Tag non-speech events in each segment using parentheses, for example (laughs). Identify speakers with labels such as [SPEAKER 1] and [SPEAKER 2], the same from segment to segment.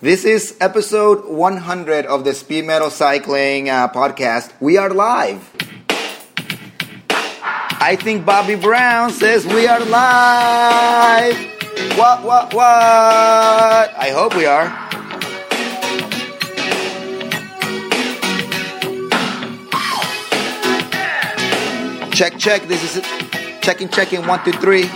[SPEAKER 1] This is episode 100 of the Speed Metal Cycling uh, podcast. We are live. I think Bobby Brown says we are live. What, what, what? I hope we are. Check, check. This is it. Checking, checking. One, two, three.
[SPEAKER 2] Can't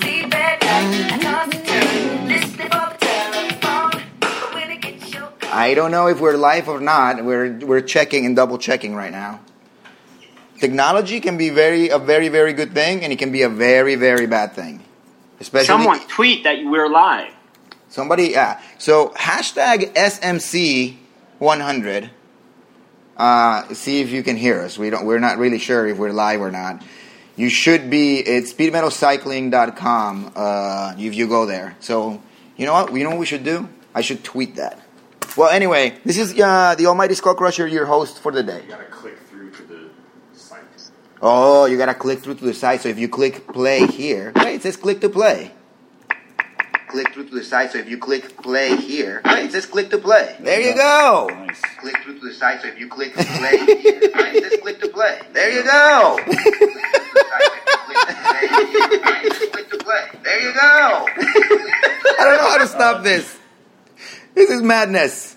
[SPEAKER 2] sleep at night. I toss and turn, listening for the telephone. But when it gets your call,
[SPEAKER 1] I don't know if we're live or not. We're we're checking and double checking right now. Technology can be very a very very good thing, and it can be a very very bad thing. Especially
[SPEAKER 3] Someone tweet that we're live.
[SPEAKER 1] somebody. Yeah. So hashtag SMC one hundred. Uh, see if you can hear us. We don't. We're not really sure if we're live or not. You should be. It's speedmetalcycling.com. Uh, if you go there. So you know what? You know what we should do? I should tweet that. Well, anyway, this is uh, the Almighty Skull Crusher, your host for the day.
[SPEAKER 4] You gotta click through to the site.
[SPEAKER 1] Oh, you gotta click through to the site. So if you click play here, wait, it says click to play. Click through to the site. So if you click play here, wait, it says click to play. There you go.
[SPEAKER 4] Nice.
[SPEAKER 1] Click through to the site. So if you click play here, wait, it says click to play. There you go. There you go. I don't know how to stop this. This is madness.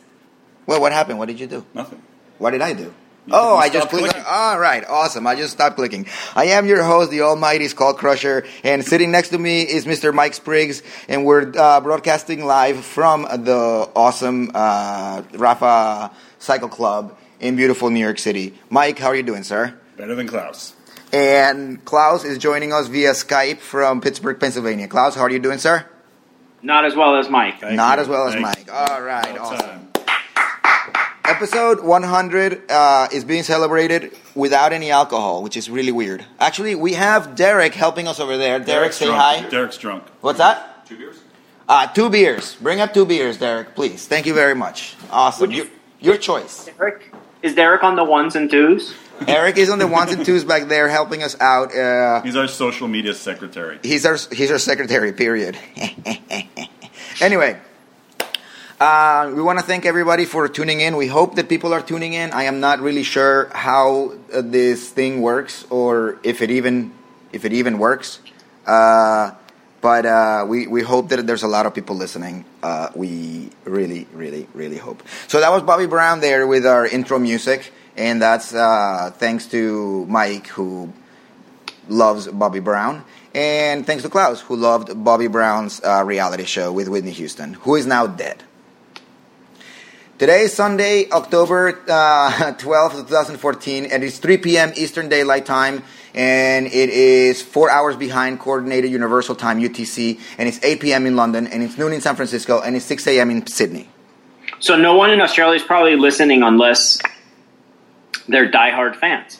[SPEAKER 1] Wait, what happened? What did you do?
[SPEAKER 4] Nothing.
[SPEAKER 1] What did I do? oh, I just
[SPEAKER 4] stopped
[SPEAKER 1] clicked.
[SPEAKER 4] clicking.
[SPEAKER 1] All right, awesome. I just stopped clicking. I am your host, the Almighty Skull Crusher, and sitting next to me is Mr. Mike Spriggs, and we're uh, broadcasting live from the awesome uh, Rafa Cycle Club in beautiful New York City. Mike, how are you doing, sir?
[SPEAKER 4] Better than Klaus.
[SPEAKER 1] And Klaus is joining us via Skype from Pittsburgh, Pennsylvania. Klaus, how are you doing, sir?
[SPEAKER 3] Not as well as Mike.
[SPEAKER 4] Thank
[SPEAKER 1] Not
[SPEAKER 4] you.
[SPEAKER 1] as well as
[SPEAKER 4] Thank
[SPEAKER 1] Mike.
[SPEAKER 4] you.
[SPEAKER 1] All right,
[SPEAKER 4] All
[SPEAKER 1] awesome.
[SPEAKER 4] time.
[SPEAKER 1] Episode 100 uh, is being celebrated without any alcohol, which is really weird. Actually, we have Derek helping us over there. Derek, say
[SPEAKER 4] drunk.
[SPEAKER 1] hi.
[SPEAKER 4] Derek's drunk.
[SPEAKER 1] What's that?
[SPEAKER 4] Two beers?
[SPEAKER 1] Uh, two beers. Bring up two beers, Derek, please. Thank you very much. Awesome.
[SPEAKER 3] Would
[SPEAKER 1] You,
[SPEAKER 3] you-
[SPEAKER 1] your
[SPEAKER 4] (laughs)
[SPEAKER 1] choice.
[SPEAKER 3] Derek? Is Derek on the ones and twos?
[SPEAKER 1] Eric is on the ones and twos back there helping us out. Uh,
[SPEAKER 4] He's our social media secretary.
[SPEAKER 1] he's our he's our secretary. Period. (laughs) anyway, uh, we want to thank everybody for tuning in. We hope that people are tuning in. I am not really sure how uh, this thing works or if it even if it even works. Uh, but uh, we, we hope that there's a lot of people listening. Uh, we really, really, really hope. So that was Bobby Brown there with our intro music. And that's uh, thanks to Mike, who loves Bobby Brown, and thanks to Klaus, who loved Bobby Brown's uh, reality show with Whitney Houston, who is now dead. Today is Sunday, October uh, (laughs) 12th, 2014, and it's 3 p.m. Eastern Daylight Time, and it is four hours behind Coordinated Universal Time, UTC, and it's 8 p.m. in London, and it's noon in San Francisco, and it's 6 a.m. in Sydney.
[SPEAKER 3] So no one in Australia is probably listening unless they're diehard fans.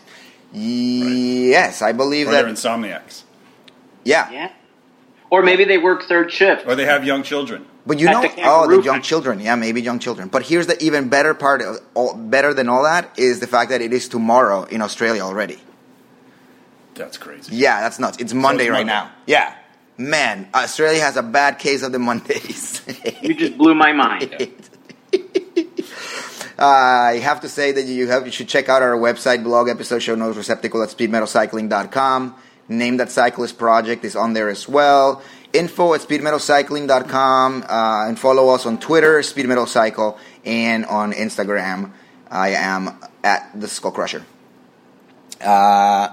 [SPEAKER 1] Yes, I believe
[SPEAKER 4] Or they're
[SPEAKER 1] that.
[SPEAKER 4] insomniacs.
[SPEAKER 1] Yeah.
[SPEAKER 3] Yeah. Or maybe they work third shift.
[SPEAKER 4] Or they have young children.
[SPEAKER 1] But you
[SPEAKER 3] At
[SPEAKER 1] know,
[SPEAKER 3] the
[SPEAKER 1] oh, the
[SPEAKER 3] kangaroo
[SPEAKER 1] young
[SPEAKER 3] patch.
[SPEAKER 1] children. Yeah, maybe young children. But here's the even better part, of all, better than all that, is the fact that it is tomorrow in Australia already.
[SPEAKER 4] That's crazy.
[SPEAKER 1] Yeah, that's nuts. It's Monday right
[SPEAKER 4] Monday.
[SPEAKER 1] now. Yeah. Man, Australia has a bad case of the Mondays. (laughs)
[SPEAKER 3] You just blew my mind.
[SPEAKER 1] I have to say that you have you should check out our website, blog, episode, show notes, receptacle at speedmetalcycling.com. Name that cyclist project is on there as well. Info at speedmetalcycling.com uh, and follow us on Twitter, Speed Metal Cycle, and on Instagram. I am at the Skull Crusher. Uh,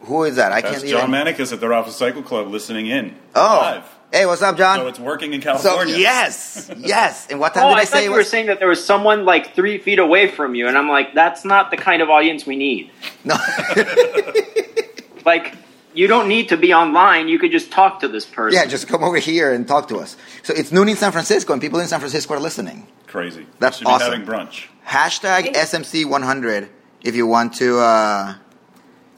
[SPEAKER 1] who is that? I
[SPEAKER 4] That's
[SPEAKER 1] can't
[SPEAKER 4] John
[SPEAKER 1] even.
[SPEAKER 4] Manicus at the Raffle Cycle Club listening in.
[SPEAKER 1] oh,
[SPEAKER 4] Live.
[SPEAKER 1] hey, what's up, John?
[SPEAKER 4] So it's working in
[SPEAKER 1] So
[SPEAKER 4] California.
[SPEAKER 1] yes, yes. And what time
[SPEAKER 3] Oh,
[SPEAKER 1] did I,
[SPEAKER 3] I thought
[SPEAKER 1] say? it
[SPEAKER 3] you were
[SPEAKER 1] was?
[SPEAKER 3] saying that there was someone like three feet away from you, and I'm like, that's not the kind of audience we need.
[SPEAKER 1] no.
[SPEAKER 3] Like, you don't need to be online. You could just talk to this person.
[SPEAKER 1] Yeah, just come over here and talk to us. So it's noon in San Francisco, and people in San Francisco are listening.
[SPEAKER 4] Crazy.
[SPEAKER 1] That's
[SPEAKER 4] Should be
[SPEAKER 1] awesome.
[SPEAKER 4] having brunch.
[SPEAKER 1] Hashtag SMC100 if you want to, uh,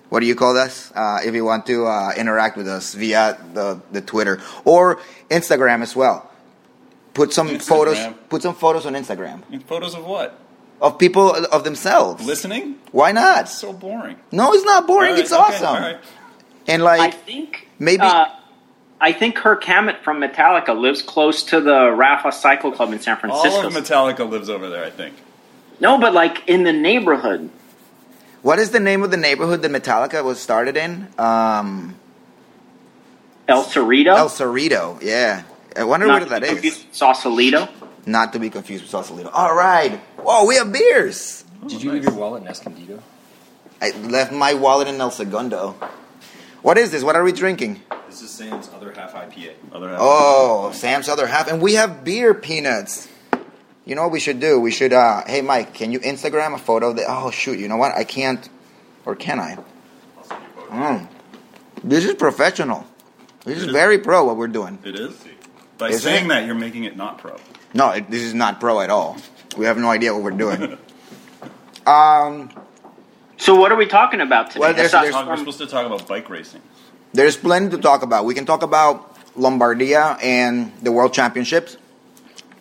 [SPEAKER 1] what do you call this? Uh, if you want to uh, interact with us via the, the Twitter or Instagram as well. Put some
[SPEAKER 4] Instagram.
[SPEAKER 1] photos. Put some photos on Instagram
[SPEAKER 4] And photos of what?
[SPEAKER 1] of people of themselves.
[SPEAKER 4] Listening?
[SPEAKER 1] Why not?
[SPEAKER 4] So boring.
[SPEAKER 1] No, it's not boring.
[SPEAKER 4] All right,
[SPEAKER 1] it's
[SPEAKER 4] okay,
[SPEAKER 1] awesome.
[SPEAKER 4] all right.
[SPEAKER 1] And
[SPEAKER 3] I
[SPEAKER 1] like,
[SPEAKER 3] think
[SPEAKER 1] Maybe-
[SPEAKER 3] uh, I think Kirk Hammett from Metallica lives close to the Rafa Cycle Club in San
[SPEAKER 4] All
[SPEAKER 3] Francisco.
[SPEAKER 4] of Metallica lives over there, I think.
[SPEAKER 3] no, but like in the neighborhood.
[SPEAKER 1] What is the name of the neighborhood that Metallica was started in? Um,
[SPEAKER 3] El Cerrito?
[SPEAKER 1] El Cerrito. Yeah. I wonder
[SPEAKER 3] Oh. Not
[SPEAKER 1] where
[SPEAKER 3] to
[SPEAKER 1] that
[SPEAKER 3] be
[SPEAKER 1] is.
[SPEAKER 3] confused with Sausalito.
[SPEAKER 1] Not to be confused with Sausalito. All right. Whoa, we have beers.
[SPEAKER 5] Did you
[SPEAKER 4] nice.
[SPEAKER 5] leave your wallet in Escondido?
[SPEAKER 1] I left my wallet in El Segundo. What is this? What are we drinking?
[SPEAKER 4] This is Sam's other half IPA. Other half.
[SPEAKER 1] Oh, Sam's other half, and we have beer peanuts. You know what we should do? We should. uh Hey, Mike, can you Instagram a photo? Of the, oh shoot, you know what? I can't, or can I? Mm. This is professional. This is very pro what we're doing.
[SPEAKER 4] It is. By
[SPEAKER 1] Is
[SPEAKER 4] saying
[SPEAKER 1] it?
[SPEAKER 4] that, you're making it not pro.
[SPEAKER 1] No, it, this is not pro at all. We have no idea what we're doing. Um,
[SPEAKER 3] So what are we talking about today?
[SPEAKER 1] Well, there's-
[SPEAKER 3] Aside
[SPEAKER 1] there's-
[SPEAKER 4] Talk- we're
[SPEAKER 3] from-
[SPEAKER 4] supposed to talk about bike racing.
[SPEAKER 1] there's plenty to talk about. We can talk about Lombardia and the World Championships.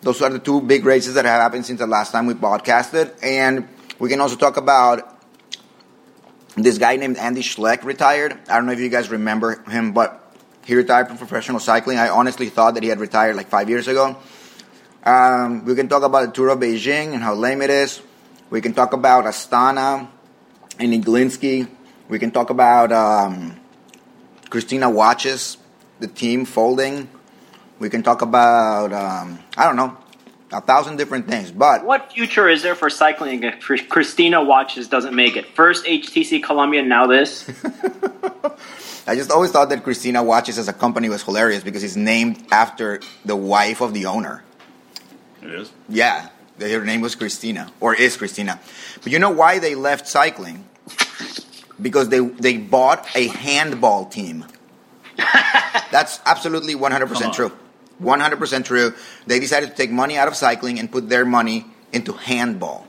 [SPEAKER 1] Those are the two big races that have happened since the last time we podcasted. And we can also talk about this guy named Andy Schleck retired. I don't know if you guys remember him, but he retired from professional cycling. I honestly thought that he had retired like five years ago. Um, we can talk about the Tour of Beijing and how lame it is. We can talk about Astana and Iglinski. We can talk about um, Christina watches the team folding. We can talk about um, I don't know a thousand different things, but
[SPEAKER 3] What future is there for cycling if Chris- Christina watches doesn't make it? First HTC Columbia, now
[SPEAKER 1] (laughs)
[SPEAKER 3] this.
[SPEAKER 1] I just always thought that Christina watches as a company was hilarious because it's named after the wife of the owner.
[SPEAKER 4] It is.
[SPEAKER 1] Yeah, that her name was Christina or is Christina. But you know why they left cycling? Because they they bought a handball
[SPEAKER 4] (laughs)
[SPEAKER 1] team. That's absolutely 100%
[SPEAKER 4] Come on.
[SPEAKER 1] true. 100% true. They decided to take money out of cycling and put their money into handball.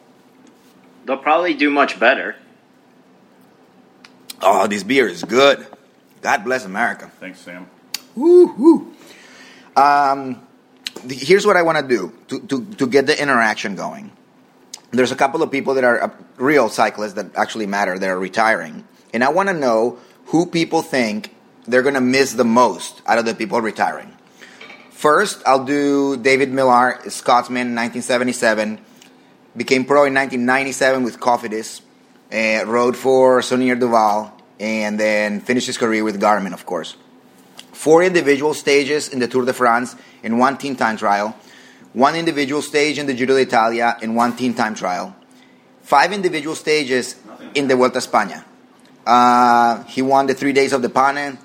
[SPEAKER 3] They'll probably do much better.
[SPEAKER 1] Oh, this beer is good. God bless America. (laughs)
[SPEAKER 4] Thanks, Sam.
[SPEAKER 1] Woo, woo. Um, the, here's what I want to do to, to, to get the interaction going. There's a couple of people that are uh, real cyclists that actually matter that are retiring. And I want to know who people think they're going to miss the most out of the people retiring. First, I'll do David Millar, Scotsman, 1977. Became pro in 1997 with Cofidis. Uh, rode for Sonier Duval. And then finished his career with Garmin, of course four individual stages in the Tour de France and one team time trial, one individual stage in the Giro d'Italia and one team time trial, five individual stages in the Vuelta a España. Uh, he won the three days of the Panen.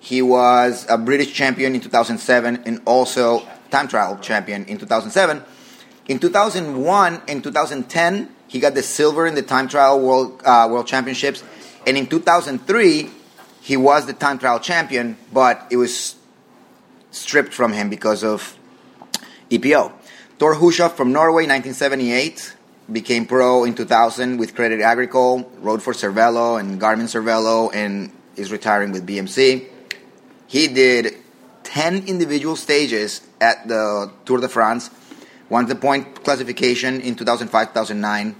[SPEAKER 1] He was a British champion in 2007 and also time trial champion in 2007. In 2001 and 2010, he got the silver in the time trial world, uh, world championships. And in 2003, he was the time trial champion, but it was stripped from him because of EPO. Thor Hushoff from Norway, 1978, became pro in 2000 with Credit Agricole, rode for Cervelo and Garmin Cervelo, and is retiring with BMC. He did 10 individual stages at the Tour de France, won the point classification in 2005 2009.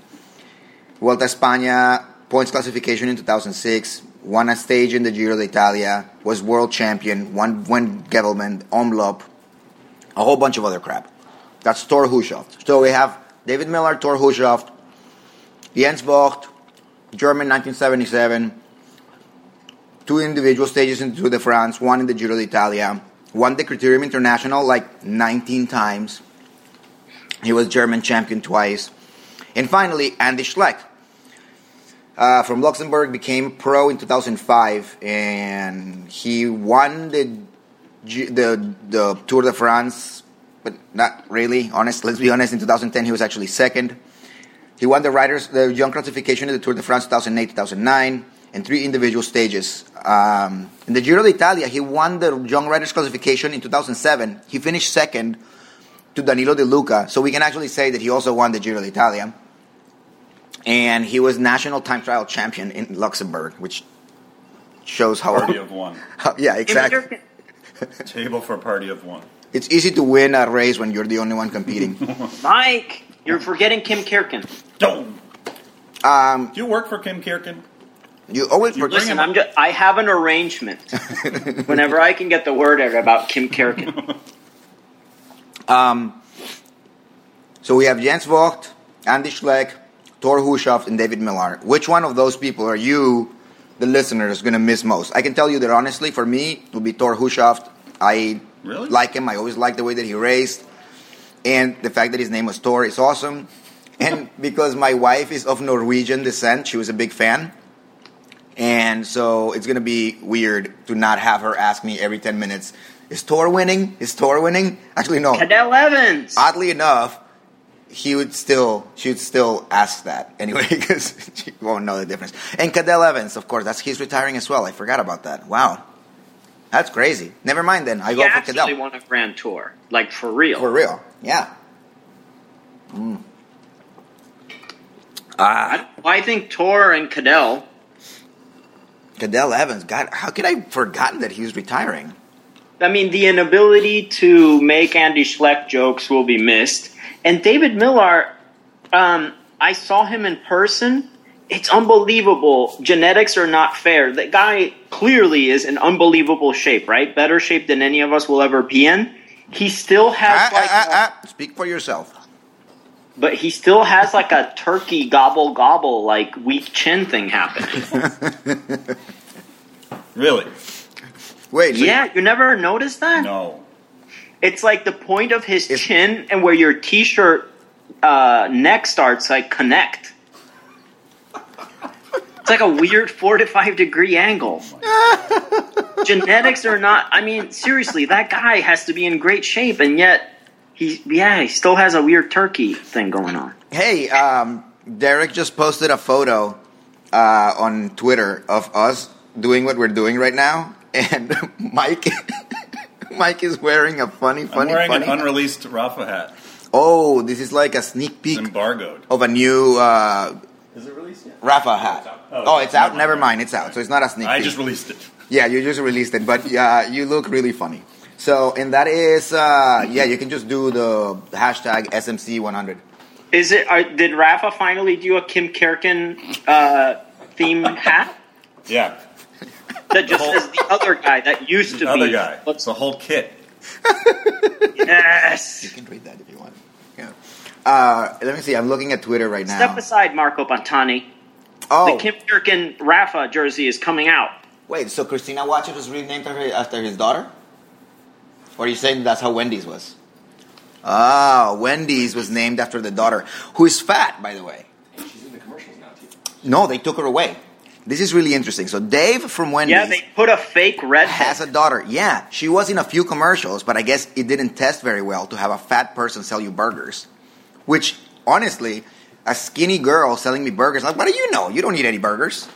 [SPEAKER 1] Vuelta a España, points classification in 2006, won a stage in the Giro d'Italia, was world champion, won, won Gevelman, Omloop, a whole bunch of other crap. That's Thor Hushovd. So we have David Miller, Thor Hushovd, Jens Vogt, German 1977, two individual stages in Tour de France, one in the Giro d'Italia, won the Criterium International like 19 times. He was German champion twice. And finally, Andy Schleck uh, from Luxembourg became pro in 2005, and he won the G- the the Tour de France, but not really. Honest, let's be honest. In 2010, he was actually second. He won the riders the young classification in the Tour de France 2008, 2009, and three individual stages. Um, in the Giro d'Italia, he won the young riders classification in 2007. He finished second to Danilo De Luca, so we can actually say that he also won the Giro d'Italia. And he was national time trial champion in Luxembourg, which shows how. (laughs)
[SPEAKER 4] Party of one.
[SPEAKER 1] how yeah, exactly.
[SPEAKER 4] Table for party of one.
[SPEAKER 1] It's easy to win a race when you're the only one competing.
[SPEAKER 3] Mike, you're forgetting Kim Kirkin.
[SPEAKER 4] Don't.
[SPEAKER 1] um,
[SPEAKER 4] Do you work for Kim Kierkin?
[SPEAKER 1] You always
[SPEAKER 4] You
[SPEAKER 1] forget.
[SPEAKER 4] bring
[SPEAKER 3] Listen, I'm just, I have an arrangement
[SPEAKER 1] (laughs)
[SPEAKER 3] whenever I can get the word out about
[SPEAKER 1] (laughs)
[SPEAKER 3] Kim Kirkin.
[SPEAKER 1] Um, so we have Jens Vogt, Andy Schleck, Tor Hushoff, and David Millar. Which one of those people are you, the listener, is going to miss most? I can tell you that honestly, for me, it would be Tor Hushoff. I
[SPEAKER 4] Really?
[SPEAKER 1] like him. I always liked the way that he raced. And the fact that his name was Tor is awesome. (laughs) And because my wife is of Norwegian descent, she was a big fan. And so it's going to be weird to not have her ask me every 10 minutes, is Tor winning? Is Tor winning? Actually, no
[SPEAKER 3] Cadell Evans.
[SPEAKER 1] oddly enough, he would still she would still ask that anyway (laughs) because she won't know the difference. And Cadell Evans, of course, that's he's retiring as well. I forgot about that. Wow, that's crazy. Never mind then. I
[SPEAKER 3] he
[SPEAKER 1] go for
[SPEAKER 3] actually
[SPEAKER 1] Cadell
[SPEAKER 3] won a Grand Tour, like for real.
[SPEAKER 1] for real. Yeah. Mm. Ah,
[SPEAKER 3] I, I think Tor and Cadell.
[SPEAKER 1] Cadell Evans, God, how could I have forgotten that he was retiring?
[SPEAKER 3] I mean, the inability to make Andy Schleck jokes will be missed. And David Millar, um, I saw him in person. It's unbelievable. Genetics are not fair. That guy clearly is in unbelievable shape, right? Better shape than any of us will ever be in. He still
[SPEAKER 1] Ah,
[SPEAKER 3] has
[SPEAKER 1] ah,
[SPEAKER 3] like, a-
[SPEAKER 1] ah, ah. Speak for yourself.
[SPEAKER 3] but he still has like a turkey gobble gobble, like weak chin
[SPEAKER 1] (laughs)
[SPEAKER 3] thing happening.
[SPEAKER 4] Really?
[SPEAKER 1] Wait, so
[SPEAKER 3] yeah, you never noticed that?
[SPEAKER 4] No.
[SPEAKER 3] It's like the point of his
[SPEAKER 1] It's-
[SPEAKER 3] chin and where your t-shirt uh, neck starts, like connect. It's like a weird four to five degree
[SPEAKER 4] (laughs)
[SPEAKER 3] angle. Genetics are not. I mean, seriously, that guy has to be in great shape, and yet he, yeah, he still has a weird turkey thing going on.
[SPEAKER 1] Hey, um, Derek just posted a photo uh, on Twitter of us doing what we're doing right now, (laughs) and Mike, (laughs) Mike is wearing a funny,
[SPEAKER 4] I'm
[SPEAKER 1] funny,
[SPEAKER 4] wearing
[SPEAKER 1] funny.
[SPEAKER 4] an unreleased Rafa hat.
[SPEAKER 1] oh, this is like a sneak
[SPEAKER 4] It's
[SPEAKER 1] peek
[SPEAKER 4] embargoed.
[SPEAKER 1] of a new uh,
[SPEAKER 4] Is it released yet?
[SPEAKER 1] Rafa hat.
[SPEAKER 4] Oh,
[SPEAKER 1] Oh, it's out. Never
[SPEAKER 4] never mind.
[SPEAKER 1] mind, it's out. So it's not a sneak
[SPEAKER 4] I
[SPEAKER 1] peek.
[SPEAKER 4] just released it.
[SPEAKER 1] Yeah, you just released it, but yeah, you look really funny. So, and that is, uh, yeah, you can just do the hashtag SMC100.
[SPEAKER 3] Is it? Are, did Rafa finally do a Kim Kirkin uh, theme hat
[SPEAKER 4] Yeah.
[SPEAKER 3] that just says the other guy that used to
[SPEAKER 4] Another
[SPEAKER 3] be?
[SPEAKER 4] guy. It's the whole kit.
[SPEAKER 3] Yes.
[SPEAKER 1] You can read that if you want. Yeah. Uh, let me see. I'm looking at Twitter right now.
[SPEAKER 3] Step aside, Marco Pantani.
[SPEAKER 1] Oh,
[SPEAKER 3] The Kim Durkin Rafa jersey is coming out.
[SPEAKER 1] wait. So Christina Watches was renamed after, after his daughter? Or are you saying that's how Wendy's was? Ah, Wendy's was named after the daughter, who is fat, by the way. She's in the commercials now, too. No, they took her away. This is really interesting. So Dave from Wendy's
[SPEAKER 3] Yeah, they put a fake
[SPEAKER 1] (laughs)
[SPEAKER 3] red
[SPEAKER 1] has a daughter. Yeah, she was in a few commercials, but I guess it didn't test very well to have a fat person sell you burgers. Which, honestly, a skinny girl selling me burgers, like, what do you know? You don't need any burgers.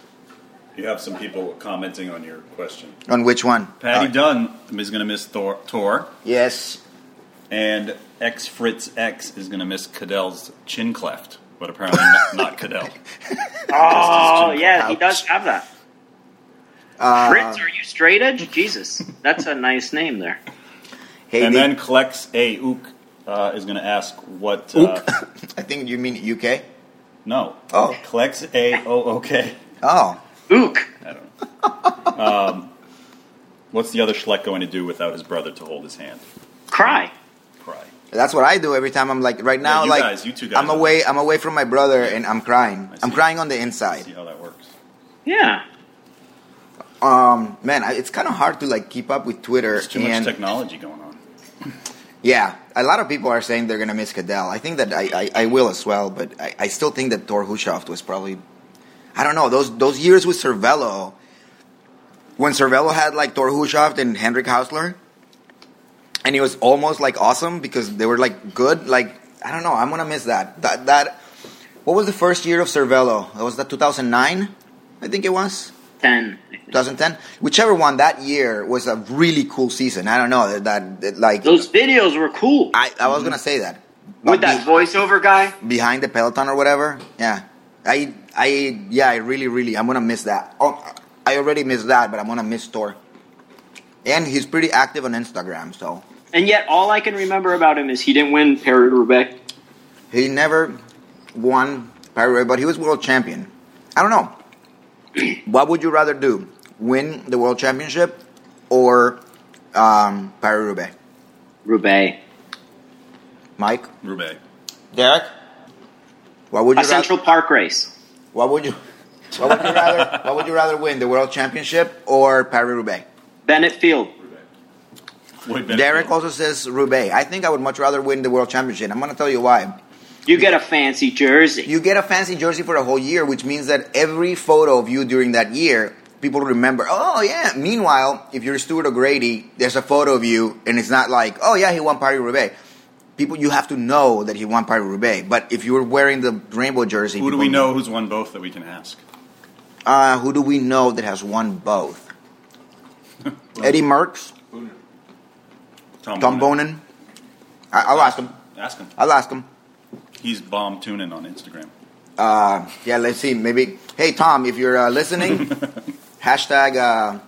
[SPEAKER 4] You have some people commenting on your question.
[SPEAKER 1] On which one?
[SPEAKER 4] Patty
[SPEAKER 1] Uh,
[SPEAKER 4] Dunn is going to miss Thor, Tor,
[SPEAKER 1] Yes.
[SPEAKER 4] and X Fritz X is going to miss Cadell's chin cleft, but apparently
[SPEAKER 1] (laughs)
[SPEAKER 4] not, not Cadell.
[SPEAKER 3] Oh,
[SPEAKER 4] Ouch.
[SPEAKER 3] yeah, he does have that.
[SPEAKER 1] Uh,
[SPEAKER 3] Fritz, are you straight edge? Jesus, that's a nice name there.
[SPEAKER 1] Hey,
[SPEAKER 4] and
[SPEAKER 1] Dick. (laughs)
[SPEAKER 4] then Klex A Ook uh, is going to ask what. Uh,
[SPEAKER 1] I think you mean UK.
[SPEAKER 4] no.
[SPEAKER 1] (laughs) Oh.
[SPEAKER 4] Klex A O O K.
[SPEAKER 1] Oh,
[SPEAKER 3] Ook.
[SPEAKER 4] I don't know. Um, what's the other Schleck going to do without his brother to hold his hand?
[SPEAKER 3] Cry.
[SPEAKER 4] Cry.
[SPEAKER 1] that's what I do every time. I'm like, right now,
[SPEAKER 4] you
[SPEAKER 1] like,
[SPEAKER 4] guys, you two guys
[SPEAKER 1] I'm
[SPEAKER 4] are-
[SPEAKER 1] away. I'm away from my brother, and I'm crying.
[SPEAKER 4] I
[SPEAKER 1] I'm
[SPEAKER 4] see.
[SPEAKER 1] crying on the
[SPEAKER 4] See
[SPEAKER 1] inside.
[SPEAKER 4] how that works.
[SPEAKER 3] Yeah.
[SPEAKER 1] Um, man, I, it's kind of hard to like keep up with Twitter
[SPEAKER 4] There's too much
[SPEAKER 1] and
[SPEAKER 4] technology going on.
[SPEAKER 1] yeah, a lot of people are saying they're gonna miss Cadell. I think that I, I, I will as well, but I, I still think that Thor Hushoft was probably, I don't know those those years with Cervelo. When Cervelo had like Thor Hushoft and Henrik Hausler, and it was almost like awesome because they were like good. Like I don't know, I'm gonna miss that. That that what was the first year of Cervelo? That was that 2009, I think it was.
[SPEAKER 3] 10.
[SPEAKER 1] 2010, whichever one that year was a really cool season. I don't know that, that like
[SPEAKER 3] Those videos were cool.
[SPEAKER 1] I, I was gonna say that
[SPEAKER 3] Mm-hmm.
[SPEAKER 1] But
[SPEAKER 3] With that
[SPEAKER 1] be-
[SPEAKER 3] voiceover guy.
[SPEAKER 1] behind the peloton or whatever. Yeah, I I yeah I really really I'm gonna miss that. Oh, I already missed that, but I'm gonna miss Thor. And he's pretty active on Instagram, so
[SPEAKER 3] And yet, all I can remember about him is he didn't win Perry Roubaix. (clears throat)
[SPEAKER 1] he never won Paris, but he was world champion. I don't know. What would you rather do? Win the world championship or um, Paris Roubaix?
[SPEAKER 3] Roubaix.
[SPEAKER 1] Mike,
[SPEAKER 4] Roubaix.
[SPEAKER 1] Derek, what would you
[SPEAKER 3] A
[SPEAKER 1] rather?
[SPEAKER 3] Central Park race.
[SPEAKER 1] what would you? What would you rather? What would you rather win? The world championship or Paris Roubaix?
[SPEAKER 3] Bennett Field.
[SPEAKER 4] Way better.
[SPEAKER 1] Derek also says Roubaix. I think I would much rather win the world championship. I'm going to tell you why.
[SPEAKER 3] You get a fancy jersey.
[SPEAKER 1] You get a fancy jersey for a whole year, which means that every photo of you during that year, people remember, oh, yeah. Meanwhile, if you're Stuart O'Grady, there's a photo of you, and it's not like, oh, yeah, he won Paris Roubaix. People, you have to know that he won Paris Roubaix. But if you're wearing the rainbow jersey,
[SPEAKER 4] Who do
[SPEAKER 1] people-
[SPEAKER 4] we know who's won both that we can ask?
[SPEAKER 1] Uh, who do we know that has won
[SPEAKER 4] (laughs)
[SPEAKER 1] both? Eddie Merckx, Tom Bonin. I- I'll ask him.
[SPEAKER 4] Ask him.
[SPEAKER 1] I'll ask him.
[SPEAKER 4] He's bomb tuning on Instagram.
[SPEAKER 1] Uh, yeah, let's see. Maybe, hey Tom, if you're uh, listening, hashtag. Uh,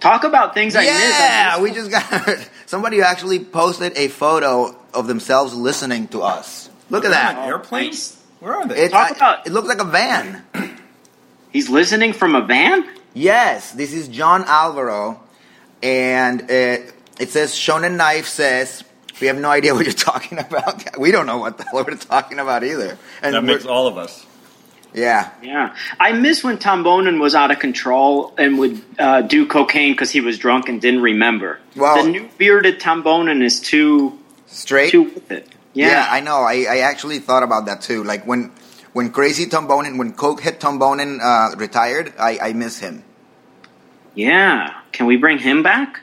[SPEAKER 3] Talk about things I missed.
[SPEAKER 1] yeah, we just got (laughs) somebody who actually posted a photo of themselves listening to us. Look at
[SPEAKER 4] Like
[SPEAKER 1] that.
[SPEAKER 4] airplanes? Where are they?
[SPEAKER 1] It's,
[SPEAKER 3] Talk about-
[SPEAKER 1] it looks like a van.
[SPEAKER 3] He's listening from a van?
[SPEAKER 1] Yes, this is John Alvaro, and uh, it says Shonen Knife says we have no idea what you're (laughs) talking about. We don't know what the hell we're talking about either. And
[SPEAKER 4] that
[SPEAKER 1] we're-
[SPEAKER 4] makes all of us.
[SPEAKER 1] yeah,
[SPEAKER 3] Yeah. I miss when Tom Bonin was out of control and would uh, do cocaine because he was drunk and didn't remember.
[SPEAKER 1] Well-
[SPEAKER 3] the new bearded Tom Bonin is too,
[SPEAKER 1] straight.
[SPEAKER 3] too with it. Yeah.
[SPEAKER 1] Yeah, I know. I, I actually thought about that too. Like when when Crazy Tom Bonin, when Coke hit Tom Bonin uh, retired, I, I miss him.
[SPEAKER 3] yeah. Can we bring him back?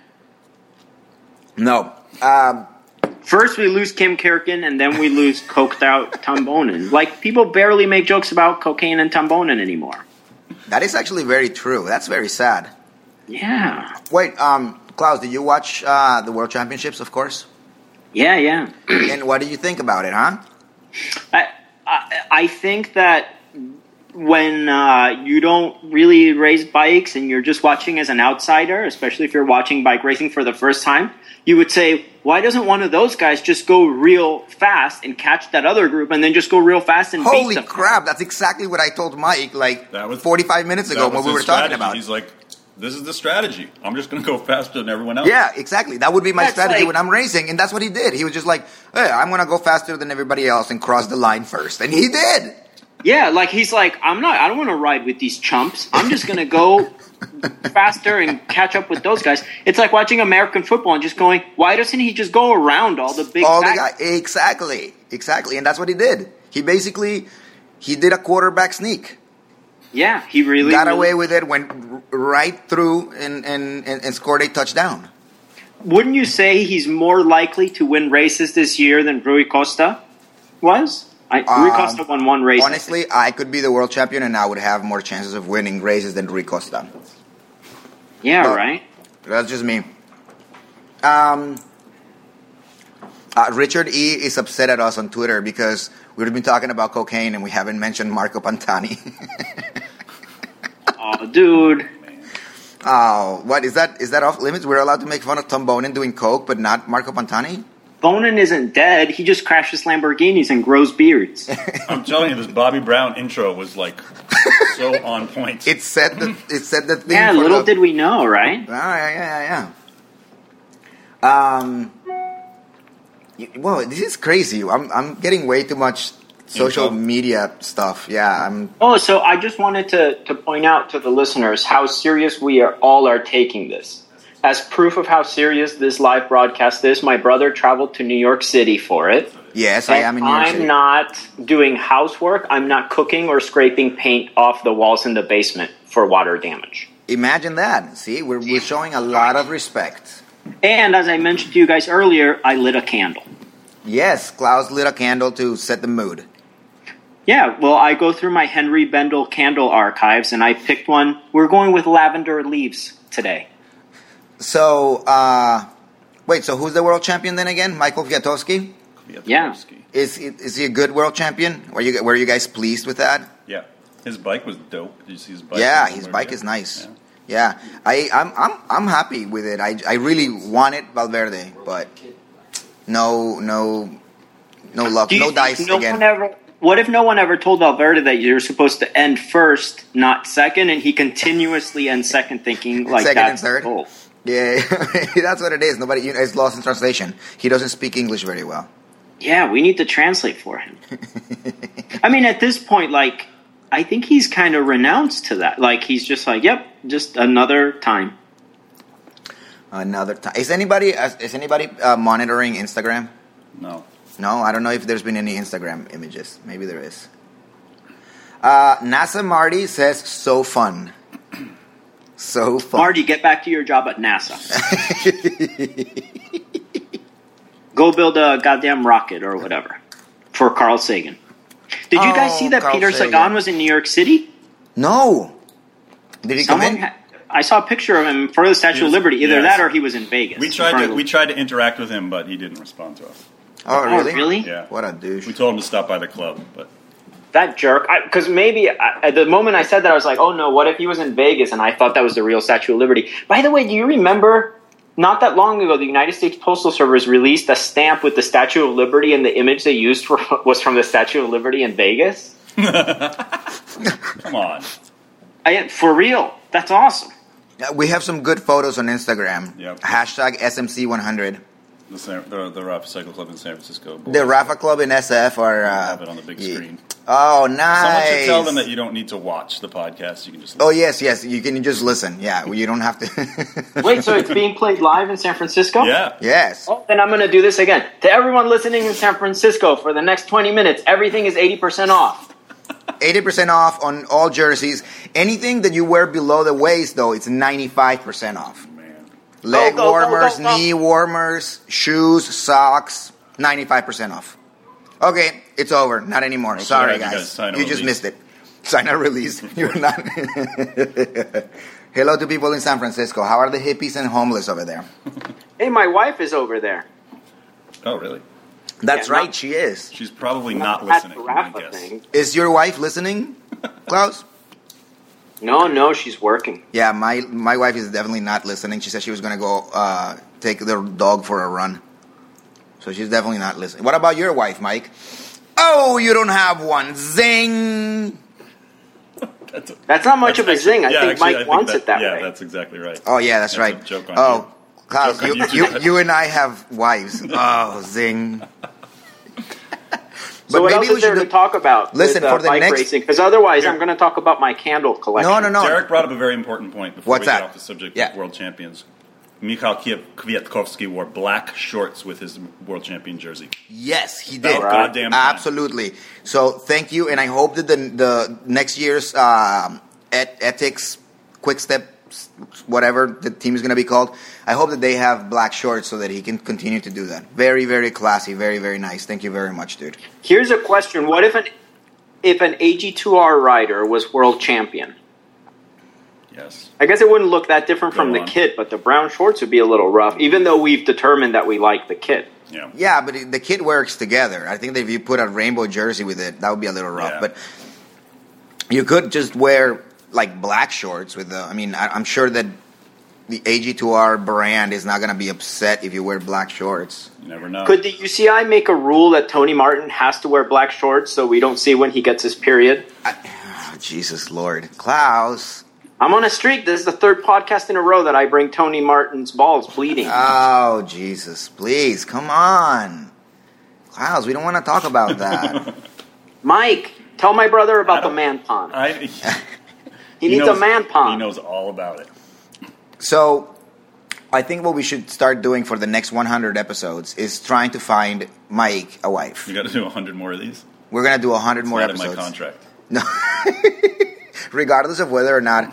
[SPEAKER 1] No. Um,
[SPEAKER 3] First, we lose Kim Kirkin, and then we lose coked out Tom Bonin. Like, people barely make jokes about cocaine and Tom Bonin anymore.
[SPEAKER 1] that is actually very true. That's very sad.
[SPEAKER 3] Yeah.
[SPEAKER 1] Wait, um, Klaus, did you watch uh, the World Championships, of course?
[SPEAKER 3] Yeah, yeah.
[SPEAKER 1] and what did you think about it, huh?
[SPEAKER 3] I, I, I think that when uh, you don't really race bikes and you're just watching as an outsider, especially if you're watching bike racing for the first time, you would say, why doesn't one of those guys just go real fast and catch that other group and then just go real fast and beat
[SPEAKER 1] Holy
[SPEAKER 3] them?
[SPEAKER 1] crap, that's exactly what I told Mike like
[SPEAKER 4] That was-
[SPEAKER 1] 45 minutes ago
[SPEAKER 4] That
[SPEAKER 1] when
[SPEAKER 4] was
[SPEAKER 1] we
[SPEAKER 4] his
[SPEAKER 1] were talking
[SPEAKER 4] strategy.
[SPEAKER 1] about
[SPEAKER 4] He's like, this is the strategy. I'm just going to go faster than everyone else.
[SPEAKER 1] Yeah, exactly. That would be my
[SPEAKER 3] That's
[SPEAKER 1] strategy
[SPEAKER 3] like-
[SPEAKER 1] when I'm racing, and that's what he did. He was just like, hey, I'm going to go faster than everybody else and cross the line first. And he did.
[SPEAKER 3] Yeah, like he's like, I'm not, I don't want to ride with these chumps. I'm just going
[SPEAKER 1] (laughs)
[SPEAKER 3] to go faster and catch up with those guys. It's like watching American football and just going, why doesn't he just go around all the big
[SPEAKER 1] all the
[SPEAKER 3] fat
[SPEAKER 1] guy exactly exactly and that's what he did he basically he did a quarterback sneak
[SPEAKER 3] Yeah, he really
[SPEAKER 1] got
[SPEAKER 3] really-
[SPEAKER 1] away with it went r- right through and and, and and scored a touchdown
[SPEAKER 3] Wouldn't you say he's more likely to win races this year than Rui Costa was? I, Rui
[SPEAKER 1] Um,
[SPEAKER 3] Costa won one race.
[SPEAKER 1] honestly i could be the world champion and i would have more chances of winning races than Rui Costa.
[SPEAKER 3] yeah,
[SPEAKER 1] no.
[SPEAKER 3] right.
[SPEAKER 1] that's just me um uh, Richard E is upset at us on Twitter because we've been talking about cocaine and we haven't mentioned Marco Pantani. (laughs)
[SPEAKER 3] Oh, dude.
[SPEAKER 1] oh, what is that? Is that off limits? We're allowed to make fun of Tom Bonin doing coke, but not Marco Pantani?
[SPEAKER 3] Bonin isn't dead. He just crashes Lamborghinis and grows beards.
[SPEAKER 4] I'm telling you, this Bobby Brown intro was like
[SPEAKER 1] (laughs)
[SPEAKER 4] so on point.
[SPEAKER 1] It said
[SPEAKER 3] (laughs)
[SPEAKER 1] the it said the thing.
[SPEAKER 3] yeah,
[SPEAKER 1] for
[SPEAKER 3] little
[SPEAKER 1] the-
[SPEAKER 3] did we know, right?
[SPEAKER 1] Oh, yeah, yeah, yeah, yeah. Um. y- Whoa, this is crazy. I'm I'm getting way too much social
[SPEAKER 4] Info.
[SPEAKER 1] media stuff. Yeah, I'm.
[SPEAKER 3] Oh, so I just wanted to, to point out to the listeners how serious we are all are taking this. As proof of how serious this live broadcast is, my brother traveled to New York City for it.
[SPEAKER 1] Yes, I am in New York
[SPEAKER 3] I'm
[SPEAKER 1] City.
[SPEAKER 3] not doing housework. I'm not cooking or scraping paint off the walls in the basement for water damage.
[SPEAKER 1] Imagine that. See, we're we're showing a lot of respect.
[SPEAKER 3] And as I mentioned to you guys earlier, I lit a candle.
[SPEAKER 1] Yes, Klaus lit a candle to set the mood.
[SPEAKER 3] Yeah, well, I go through my Henry Bendel candle archives and I picked one. We're going with lavender leaves today.
[SPEAKER 1] So, uh, wait. So, who's the world champion then again? Michael Kwiatkowski.
[SPEAKER 3] Yeah.
[SPEAKER 1] Is is he a good world champion? Were you were you guys pleased with that?
[SPEAKER 4] Yeah. His bike was dope. Did you see his bike?
[SPEAKER 1] yeah, his bike is nice. Yeah, I I'm I'm I'm happy with it. I I really wanted Valverde, but no no no luck,
[SPEAKER 3] Do you
[SPEAKER 1] no
[SPEAKER 3] think
[SPEAKER 1] dice
[SPEAKER 3] no
[SPEAKER 1] again.
[SPEAKER 3] One ever, what if no one ever told Alberta that you're supposed to end first, not second, and he continuously ends second, thinking like
[SPEAKER 1] Second and
[SPEAKER 3] that's
[SPEAKER 1] third?
[SPEAKER 3] the goal?
[SPEAKER 1] Yeah, (laughs) that's what it is. Nobody you know, it's lost in translation. He doesn't speak English very well.
[SPEAKER 3] Yeah, we need to translate for him. I mean, at this point, like, I think he's kind of renounced to that. Like, he's just like, yep, just another time.
[SPEAKER 1] Another time, is anybody uh, is anybody uh, monitoring Instagram?
[SPEAKER 4] No.
[SPEAKER 1] No, I don't know if there's been any Instagram images. Maybe there is. Uh, NASA Marty says so fun. (clears throat) So fun.
[SPEAKER 3] Marty, get back to your job at
[SPEAKER 1] (laughs)
[SPEAKER 3] NASA. Go build a goddamn rocket or whatever for Carl Sagan. Did you guys
[SPEAKER 1] Oh,
[SPEAKER 3] see that
[SPEAKER 1] Carl
[SPEAKER 3] Peter
[SPEAKER 1] Sagan.
[SPEAKER 3] Sagan was in New York City?
[SPEAKER 1] No. Did he come
[SPEAKER 3] Someone
[SPEAKER 1] in?
[SPEAKER 3] ha- I saw a picture of him for the Statue
[SPEAKER 4] He was-
[SPEAKER 3] of Liberty. Either
[SPEAKER 4] yes.
[SPEAKER 3] that or he was in Vegas.
[SPEAKER 4] We
[SPEAKER 3] in
[SPEAKER 4] tried
[SPEAKER 3] front
[SPEAKER 4] to
[SPEAKER 3] of-
[SPEAKER 4] we tried to interact with him, but he didn't respond to us.
[SPEAKER 1] Oh,
[SPEAKER 3] Oh,
[SPEAKER 1] really?
[SPEAKER 3] really?
[SPEAKER 4] Yeah.
[SPEAKER 1] What a douche.
[SPEAKER 4] We told him to stop by the club, but (laughs)
[SPEAKER 3] that jerk because maybe I, at the moment i said that i was like oh no what if he was in vegas and i thought that was the real statue of liberty by the way do you remember not that long ago the united states postal service released a stamp with the statue of liberty and the image they used for, (laughs) was from the statue of liberty in vegas
[SPEAKER 4] come on.
[SPEAKER 3] I, for real that's awesome
[SPEAKER 1] Uh, we have some good photos on Instagram.
[SPEAKER 4] Yep.
[SPEAKER 1] Hashtag SMC100.
[SPEAKER 4] The, San- the, the Rafa Cycle Club in San Francisco.
[SPEAKER 1] The Rafa Club in SF are. Uh,
[SPEAKER 4] have it on the big
[SPEAKER 1] ye-
[SPEAKER 4] screen.
[SPEAKER 1] Oh, nice.
[SPEAKER 4] Someone should tell them that you don't need to watch the podcast. You can just
[SPEAKER 1] Oh yes, yes. You can just listen. Yeah, you don't have to. (laughs)
[SPEAKER 3] wait so it's being played live in san francisco
[SPEAKER 4] yeah.
[SPEAKER 1] yes.
[SPEAKER 3] Oh, then I'm going to do this again. To everyone listening in San Francisco, for the next 20 minutes, everything is 80% off.
[SPEAKER 1] Eighty percent off on all jerseys. Anything that you wear below the waist, though, it's ninety-five percent off.
[SPEAKER 4] Man.
[SPEAKER 1] Leg
[SPEAKER 3] go, go,
[SPEAKER 1] warmers,
[SPEAKER 3] go, go.
[SPEAKER 1] knee warmers, shoes, socks, ninety-five percent off. Okay, it's over. Not anymore.
[SPEAKER 4] Okay,
[SPEAKER 1] Sorry,
[SPEAKER 4] you
[SPEAKER 1] guys.
[SPEAKER 4] gotta sign a
[SPEAKER 1] you just
[SPEAKER 4] release.
[SPEAKER 1] missed it. Sign a release. (laughs) You're not. Hello to people in San Francisco. How are the hippies and homeless over there?
[SPEAKER 3] Hey, my wife is over there.
[SPEAKER 4] Oh, really?
[SPEAKER 1] That's
[SPEAKER 3] Yeah,
[SPEAKER 1] right.
[SPEAKER 3] not-
[SPEAKER 1] she is.
[SPEAKER 4] She's probably not
[SPEAKER 3] That's
[SPEAKER 4] listening.
[SPEAKER 3] the
[SPEAKER 4] I
[SPEAKER 3] Rafa
[SPEAKER 4] guess.
[SPEAKER 3] thing.
[SPEAKER 1] Is your wife
[SPEAKER 3] (laughs)
[SPEAKER 1] listening, Klaus?
[SPEAKER 3] No, no, she's working.
[SPEAKER 1] Yeah, my my wife is definitely not listening. She said she was gonna go uh, take the dog for a run, so she's definitely not listening. What about your wife, Mike? Oh, you don't have one. Zing.
[SPEAKER 4] That's a-
[SPEAKER 3] That's not much
[SPEAKER 4] that's
[SPEAKER 3] of a
[SPEAKER 4] actually-
[SPEAKER 3] zing. I
[SPEAKER 4] yeah,
[SPEAKER 3] think
[SPEAKER 4] actually,
[SPEAKER 3] Mike
[SPEAKER 4] I think
[SPEAKER 3] wants it that
[SPEAKER 4] yeah,
[SPEAKER 3] way.
[SPEAKER 4] that's exactly right.
[SPEAKER 1] Oh yeah, that's,
[SPEAKER 4] That's
[SPEAKER 1] right.
[SPEAKER 4] a joke on
[SPEAKER 1] oh,
[SPEAKER 4] you.
[SPEAKER 1] Klaus,
[SPEAKER 4] Joke on
[SPEAKER 1] you, you,
[SPEAKER 4] YouTube.
[SPEAKER 1] you and I have
[SPEAKER 4] (laughs)
[SPEAKER 1] wives. oh, zing.
[SPEAKER 3] (laughs)
[SPEAKER 1] But
[SPEAKER 3] So what else is there to talk about?
[SPEAKER 1] Listen,
[SPEAKER 3] with, uh,
[SPEAKER 1] for the
[SPEAKER 3] bike
[SPEAKER 1] next-
[SPEAKER 3] racing, because otherwise I'm going to talk about my candle collection.
[SPEAKER 1] No, no, no.
[SPEAKER 4] Derek brought up a very important point before
[SPEAKER 1] What's
[SPEAKER 4] we get
[SPEAKER 1] that?
[SPEAKER 4] off the subject
[SPEAKER 1] Yeah.
[SPEAKER 4] of world champions. Mikhail Kiev- Kwiatkowski wore black shorts with his world champion jersey.
[SPEAKER 1] Yes, he
[SPEAKER 4] That
[SPEAKER 1] did.
[SPEAKER 4] was goddamn time.
[SPEAKER 1] Absolutely. So thank you, and I hope that the the next year's um, et- ethics quick step whatever the team is going to be called i hope that they have black shorts so that he can continue to do that very very classy very very nice thank you very much dude
[SPEAKER 3] Here's a question: What if an if an AG2R rider was world champion?
[SPEAKER 4] Yes.
[SPEAKER 3] I guess it wouldn't look that different from
[SPEAKER 4] Go
[SPEAKER 3] the
[SPEAKER 4] on.
[SPEAKER 3] kit, but the brown shorts would be a little rough. Even though we've determined that we like the kit.
[SPEAKER 4] Yeah.
[SPEAKER 1] yeah but the kid works together i think that if you put a rainbow jersey with it that would be a little rough
[SPEAKER 4] Yeah.
[SPEAKER 1] but you could just wear like black shorts with the i mean I, i'm sure that the ag2r brand is not going to be upset if you wear black shorts
[SPEAKER 4] You never know.
[SPEAKER 3] Could the UCI make a rule that Tony Martin has to wear black shorts so we don't see when he gets his period?
[SPEAKER 1] Oh, Jesus Lord. Klaus.
[SPEAKER 3] I'm on a streak. This is the third podcast in a row that I bring Tony Martin's balls bleeding.
[SPEAKER 1] Oh, Jesus. Please, come on. Klaus, we don't want to talk about that.
[SPEAKER 3] Mike, tell my brother about the
[SPEAKER 4] don't-
[SPEAKER 3] man pond.
[SPEAKER 4] I,
[SPEAKER 3] (laughs) He, needs
[SPEAKER 4] knows,
[SPEAKER 3] a man
[SPEAKER 4] Uh, (laughs) He
[SPEAKER 3] pond.
[SPEAKER 4] knows all about it.
[SPEAKER 1] so, I think what we should start doing for the next 100 episodes is trying to find Mike a wife.
[SPEAKER 4] You got to do 100 more of these.
[SPEAKER 1] We're going to do 100 more
[SPEAKER 4] Not in my
[SPEAKER 1] episodes.
[SPEAKER 4] contract.
[SPEAKER 1] (laughs) Regardless of whether or not,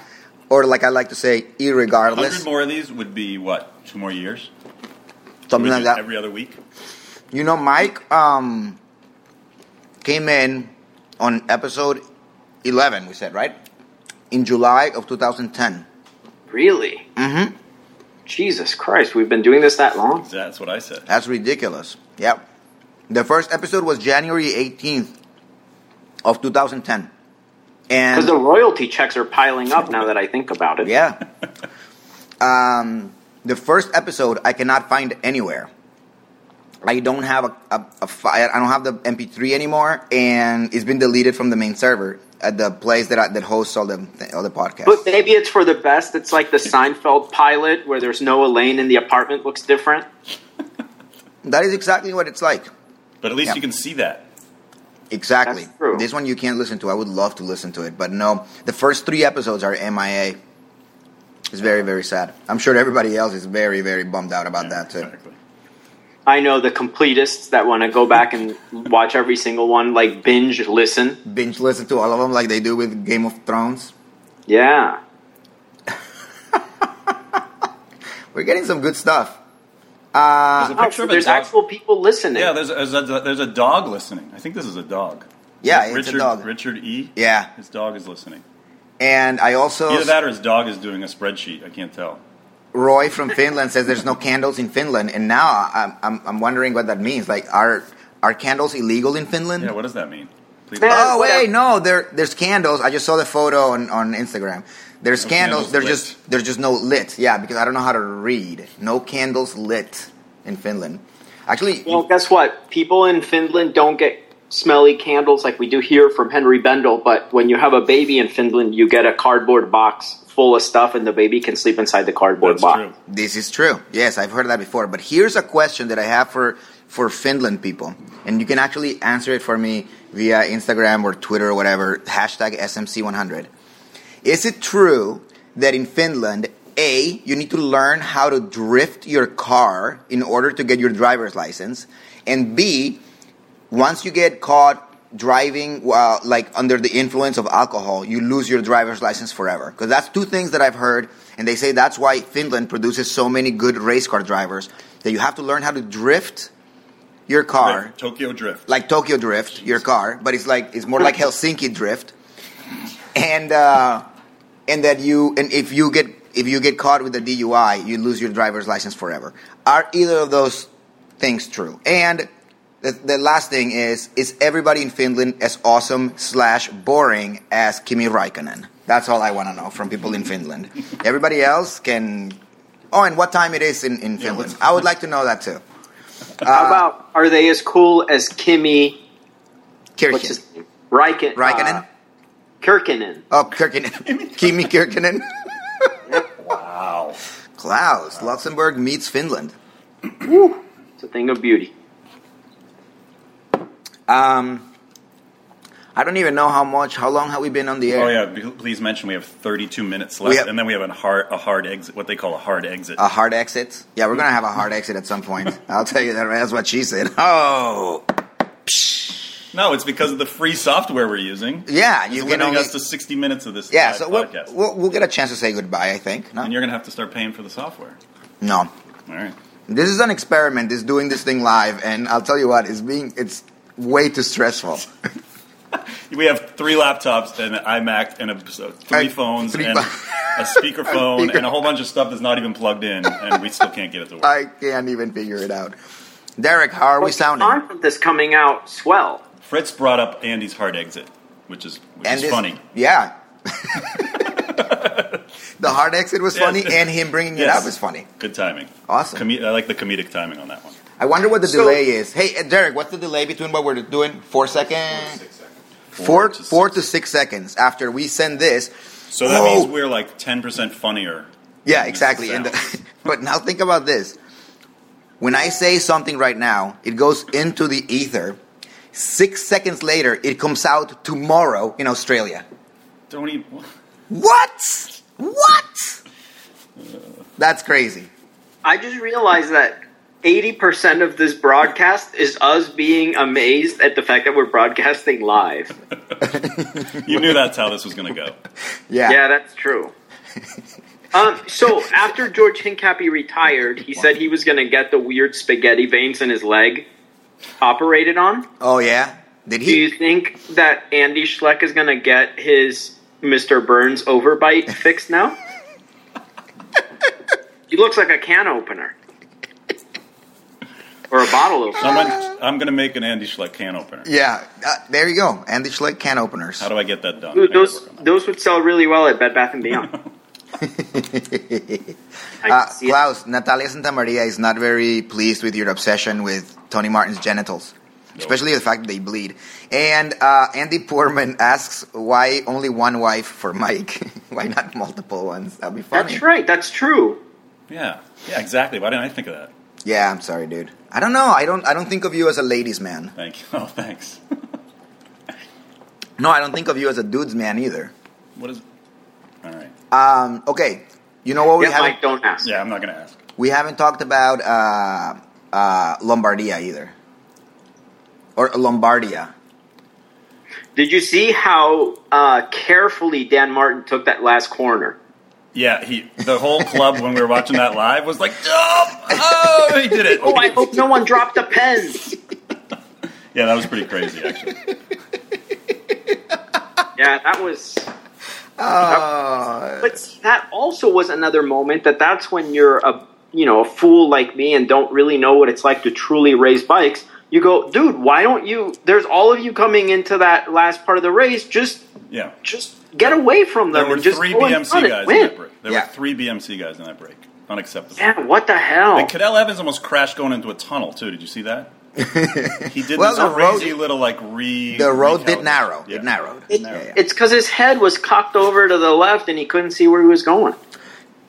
[SPEAKER 1] or like I like to say,
[SPEAKER 4] 100
[SPEAKER 1] irregardless.
[SPEAKER 4] more of these would be what? Two more years?
[SPEAKER 1] Something
[SPEAKER 4] We
[SPEAKER 1] like
[SPEAKER 4] do
[SPEAKER 1] that.
[SPEAKER 4] Every other week?
[SPEAKER 1] You know, Mike um, came in on episode 11, we said, right? In July of 2010.
[SPEAKER 3] really? Mm-hmm. Jesus Christ, we've been doing this that long?
[SPEAKER 4] That's what I said.
[SPEAKER 1] That's ridiculous. Yep. The first episode was January 18th of 2010. And
[SPEAKER 3] Because the royalty checks are piling up now that I think about it.
[SPEAKER 1] yeah. um, the first episode I cannot find anywhere. I don't have a, a, a file. I don't have the MP3 anymore, and it's been deleted from the main server at the place that I, that hosts all the all the podcasts.
[SPEAKER 3] But maybe it's for the best. It's like the Seinfeld pilot where there's no Elaine and the apartment looks different.
[SPEAKER 1] that is exactly what it's like.
[SPEAKER 4] But at least
[SPEAKER 1] Yeah.
[SPEAKER 4] you can see that.
[SPEAKER 1] Exactly.
[SPEAKER 3] That's true.
[SPEAKER 1] This one you can't listen to. I would love to listen to it, but no. The first three episodes are MIA. It's very very sad. I'm sure everybody else is very very bummed out about that too.
[SPEAKER 4] Exactly.
[SPEAKER 3] I know the completists that want to go back and watch every single one, like binge listen.
[SPEAKER 1] Binge listen to all of them like they do with Game of Thrones.
[SPEAKER 3] Yeah.
[SPEAKER 1] We're getting some good stuff.
[SPEAKER 4] there's a
[SPEAKER 3] Oh,
[SPEAKER 4] picture
[SPEAKER 3] so
[SPEAKER 4] of a
[SPEAKER 3] there's
[SPEAKER 4] dog.
[SPEAKER 3] actual people listening.
[SPEAKER 4] yeah, there's, there's, a, there's a dog listening. I think this is a dog.
[SPEAKER 1] Yeah, it's
[SPEAKER 4] Richard,
[SPEAKER 1] a dog.
[SPEAKER 4] Richard E.
[SPEAKER 1] Yeah,
[SPEAKER 4] His dog is listening.
[SPEAKER 1] and I also
[SPEAKER 4] Either that or his dog is doing a spreadsheet. I can't tell.
[SPEAKER 1] (laughs) Roy from Finland says there's no candles in Finland, and now I'm, I'm, I'm wondering what that means. Like, are are candles illegal in Finland?
[SPEAKER 4] Yeah, what does that mean? Please.
[SPEAKER 3] Man,
[SPEAKER 1] oh
[SPEAKER 3] whatever.
[SPEAKER 1] wait, no, there there's candles. I just saw the photo on, on Instagram. There's
[SPEAKER 4] No
[SPEAKER 1] candles.
[SPEAKER 4] candles
[SPEAKER 1] There's
[SPEAKER 4] lit.
[SPEAKER 1] just there's just no lit. Yeah, because I don't know how to read. No candles lit in Finland. Actually,
[SPEAKER 3] Well, guess what? People in Finland don't get smelly candles like we do here from Henry Bendel, but when you have a baby in Finland, you get a cardboard box full of stuff and the baby can sleep inside the cardboard
[SPEAKER 4] That's
[SPEAKER 3] box.
[SPEAKER 4] true.
[SPEAKER 1] This is true. Yes, I've heard that before. But here's a question that I have for for Finland people, and you can actually answer it for me via Instagram or Twitter or whatever hashtag SMC100. Is it true that in Finland, a you need to learn how to drift your car in order to get your driver's license, and b once you get caught driving while like under the influence of alcohol, you lose your driver's license forever. Because that's two things that I've heard, and they say that's why Finland produces so many good race car drivers that you have to learn how to drift your car,
[SPEAKER 4] Like Tokyo Drift.
[SPEAKER 1] like Tokyo drift your car, but it's like it's more like Helsinki drift, and uh, and that you and if you get if you get caught with a DUI, you lose your driver's license forever. Are either of those things true? And the, the last thing is: is everybody in Finland as awesome slash boring as Kimi Raikkonen? That's all I want to know from people in Finland. Everybody else can. Oh, and what time it is in, in Finland?
[SPEAKER 4] what's-
[SPEAKER 1] I would like to know that too.
[SPEAKER 3] How about are they as cool as Kimmy? What's
[SPEAKER 1] Kirchen.
[SPEAKER 3] his name? Raikkonen.
[SPEAKER 1] Raikkonen?
[SPEAKER 3] Uh, Kirkinen.
[SPEAKER 1] Oh, Kirkinen. (laughs) Kimi Kirkinen.
[SPEAKER 4] Wow.
[SPEAKER 1] Klaus. Luxembourg meets Finland.
[SPEAKER 3] It's a thing of beauty.
[SPEAKER 1] Um, I don't even know how much, how long have we been on the air?
[SPEAKER 4] Oh yeah. be- Please mention we have 32 minutes
[SPEAKER 1] We
[SPEAKER 4] left,
[SPEAKER 1] have- Uh.
[SPEAKER 4] and then we have a hard, a hard exit. What they call a hard exit.
[SPEAKER 1] A hard exit? Yeah, we're going to have a hard exit at some point.
[SPEAKER 4] (laughs)
[SPEAKER 1] I'll tell you that. right? That's what she said. Oh.
[SPEAKER 4] no, it's because of the free software we're using.
[SPEAKER 1] Yeah, you
[SPEAKER 4] It's
[SPEAKER 1] can
[SPEAKER 4] limiting
[SPEAKER 1] only,
[SPEAKER 4] us to 60 minutes of this.
[SPEAKER 1] Yeah,
[SPEAKER 4] live
[SPEAKER 1] so we'll,
[SPEAKER 4] podcast.
[SPEAKER 1] we'll, we'll get a chance to say goodbye, I think.
[SPEAKER 4] and
[SPEAKER 1] No?
[SPEAKER 4] you're gonna have to start paying for the software.
[SPEAKER 1] No.
[SPEAKER 4] All right.
[SPEAKER 1] This is an experiment. It's doing this thing live, and I'll tell you what, it's being, it's way too stressful.
[SPEAKER 4] We have three laptops and an iMac and a, so three
[SPEAKER 1] Uh,
[SPEAKER 4] phones
[SPEAKER 1] three
[SPEAKER 4] and
[SPEAKER 1] pho-
[SPEAKER 4] a
[SPEAKER 1] (laughs)
[SPEAKER 4] speakerphone
[SPEAKER 1] speaker- Uh,
[SPEAKER 4] and a whole bunch of stuff that's not even plugged in, and we still can't get it to work.
[SPEAKER 1] I can't even figure it out. Derek, how are we sounding?
[SPEAKER 3] Content is coming out swell.
[SPEAKER 4] Fritz brought up Andy's hard exit, which is which is
[SPEAKER 1] it's-
[SPEAKER 4] funny.
[SPEAKER 1] Yeah. (laughs) the hard exit was funny,
[SPEAKER 4] Yes.
[SPEAKER 1] and him bringing it
[SPEAKER 4] Yes.
[SPEAKER 1] up is funny.
[SPEAKER 4] Good timing.
[SPEAKER 1] Awesome.
[SPEAKER 4] Come- I like the comedic timing on that one.
[SPEAKER 1] I wonder what the
[SPEAKER 3] So-
[SPEAKER 1] delay is. Hey, uh, Derek, what's the delay between what we're doing? Four seconds? Four, four, to,
[SPEAKER 4] to
[SPEAKER 1] four to six seconds after we send this.
[SPEAKER 4] So that
[SPEAKER 1] Oh!
[SPEAKER 4] means we're like ten percent funnier.
[SPEAKER 1] Yeah,
[SPEAKER 4] than this
[SPEAKER 1] exactly. And
[SPEAKER 4] sounds.
[SPEAKER 1] the, (laughs) but now think about this. When I say something right now, it goes into the ether. Six seconds later, it comes out tomorrow in Australia.
[SPEAKER 4] Don't even.
[SPEAKER 1] What? What? That's crazy.
[SPEAKER 3] I just realized that 80% of this broadcast is us being amazed at the fact that we're broadcasting live.
[SPEAKER 4] You knew that's how this was going to go.
[SPEAKER 1] Yeah.
[SPEAKER 3] Yeah, that's true. um, so after George Hincapie retired, he said he was going to get the weird spaghetti veins in his leg operated on.
[SPEAKER 1] Oh yeah. Did
[SPEAKER 3] Do you
[SPEAKER 1] he?
[SPEAKER 3] think that Andy Schleck is going to get his Mr. Burns overbite fixed now?
[SPEAKER 1] (laughs)
[SPEAKER 3] he looks like a can opener. Or a bottle opener.
[SPEAKER 4] Someone, I'm going to make an Andy Schleck can opener.
[SPEAKER 1] Yeah. Uh, there you go. Andy Schleck can openers. (laughs)
[SPEAKER 4] How do I get that done? I
[SPEAKER 3] Ooh,
[SPEAKER 4] gotta
[SPEAKER 3] those
[SPEAKER 4] work on that.
[SPEAKER 3] those would sell really well at Bed Bath and Beyond. I
[SPEAKER 1] Uh,
[SPEAKER 3] can see it.
[SPEAKER 1] Klaus, Natalia Santamaria is not very pleased with your obsession with Tony Martin's genitals, especially the fact that they bleed. And uh, Andy Poorman asks, why only one wife for Mike? (laughs) why not multiple ones? That'd be funny.
[SPEAKER 3] That's right. That's true.
[SPEAKER 4] Yeah, yeah, exactly. Why didn't I think of that?
[SPEAKER 1] Yeah, I'm sorry, dude. I don't know. I don't. I don't think of you as a ladies' man.
[SPEAKER 4] Thank you. (laughs) Oh, thanks.
[SPEAKER 1] No, I don't think of you as a dudes' man either.
[SPEAKER 4] What is? All right.
[SPEAKER 1] Um, okay, you know what Oh, we
[SPEAKER 3] Yeah,
[SPEAKER 1] haven't
[SPEAKER 3] Mike, don't ask.
[SPEAKER 4] Yeah, I'm not gonna ask.
[SPEAKER 1] we haven't talked about uh, uh, Lombardia either, or Lombardia.
[SPEAKER 3] Did you see how uh, carefully Dan Martin took that last corner?
[SPEAKER 4] Yeah, he. The whole club when we were watching that live was like, oh, oh he did it.
[SPEAKER 3] Oh, I hope no one dropped the pen.
[SPEAKER 4] Yeah, that was pretty crazy actually.
[SPEAKER 3] Yeah, that was.
[SPEAKER 1] Uh,
[SPEAKER 3] But see, that also was another moment that that's when you're a you know a fool like me and don't really know what it's like to truly race bikes. You go, dude. Why don't you? There's all of you coming into that last part of the race. Just
[SPEAKER 4] Yeah.
[SPEAKER 3] just get away from them.
[SPEAKER 4] There were
[SPEAKER 3] and just
[SPEAKER 4] three
[SPEAKER 3] go and run
[SPEAKER 4] BMC
[SPEAKER 3] and
[SPEAKER 4] guys in
[SPEAKER 3] win.
[SPEAKER 4] that break. There
[SPEAKER 1] Yeah.
[SPEAKER 4] were three BMC guys in that break. Unacceptable.
[SPEAKER 3] Yeah, what the hell?
[SPEAKER 4] And Cadell Evans almost crashed going into a tunnel too. Did you see that? He did
[SPEAKER 1] Well,
[SPEAKER 4] this
[SPEAKER 1] the road-
[SPEAKER 4] crazy little like re.
[SPEAKER 1] the road
[SPEAKER 4] recalibration.
[SPEAKER 1] did narrow.
[SPEAKER 4] Yeah.
[SPEAKER 1] It narrowed.
[SPEAKER 3] It-
[SPEAKER 1] Yeah, yeah.
[SPEAKER 3] It's because his head was cocked over to the left and he couldn't see where he was going.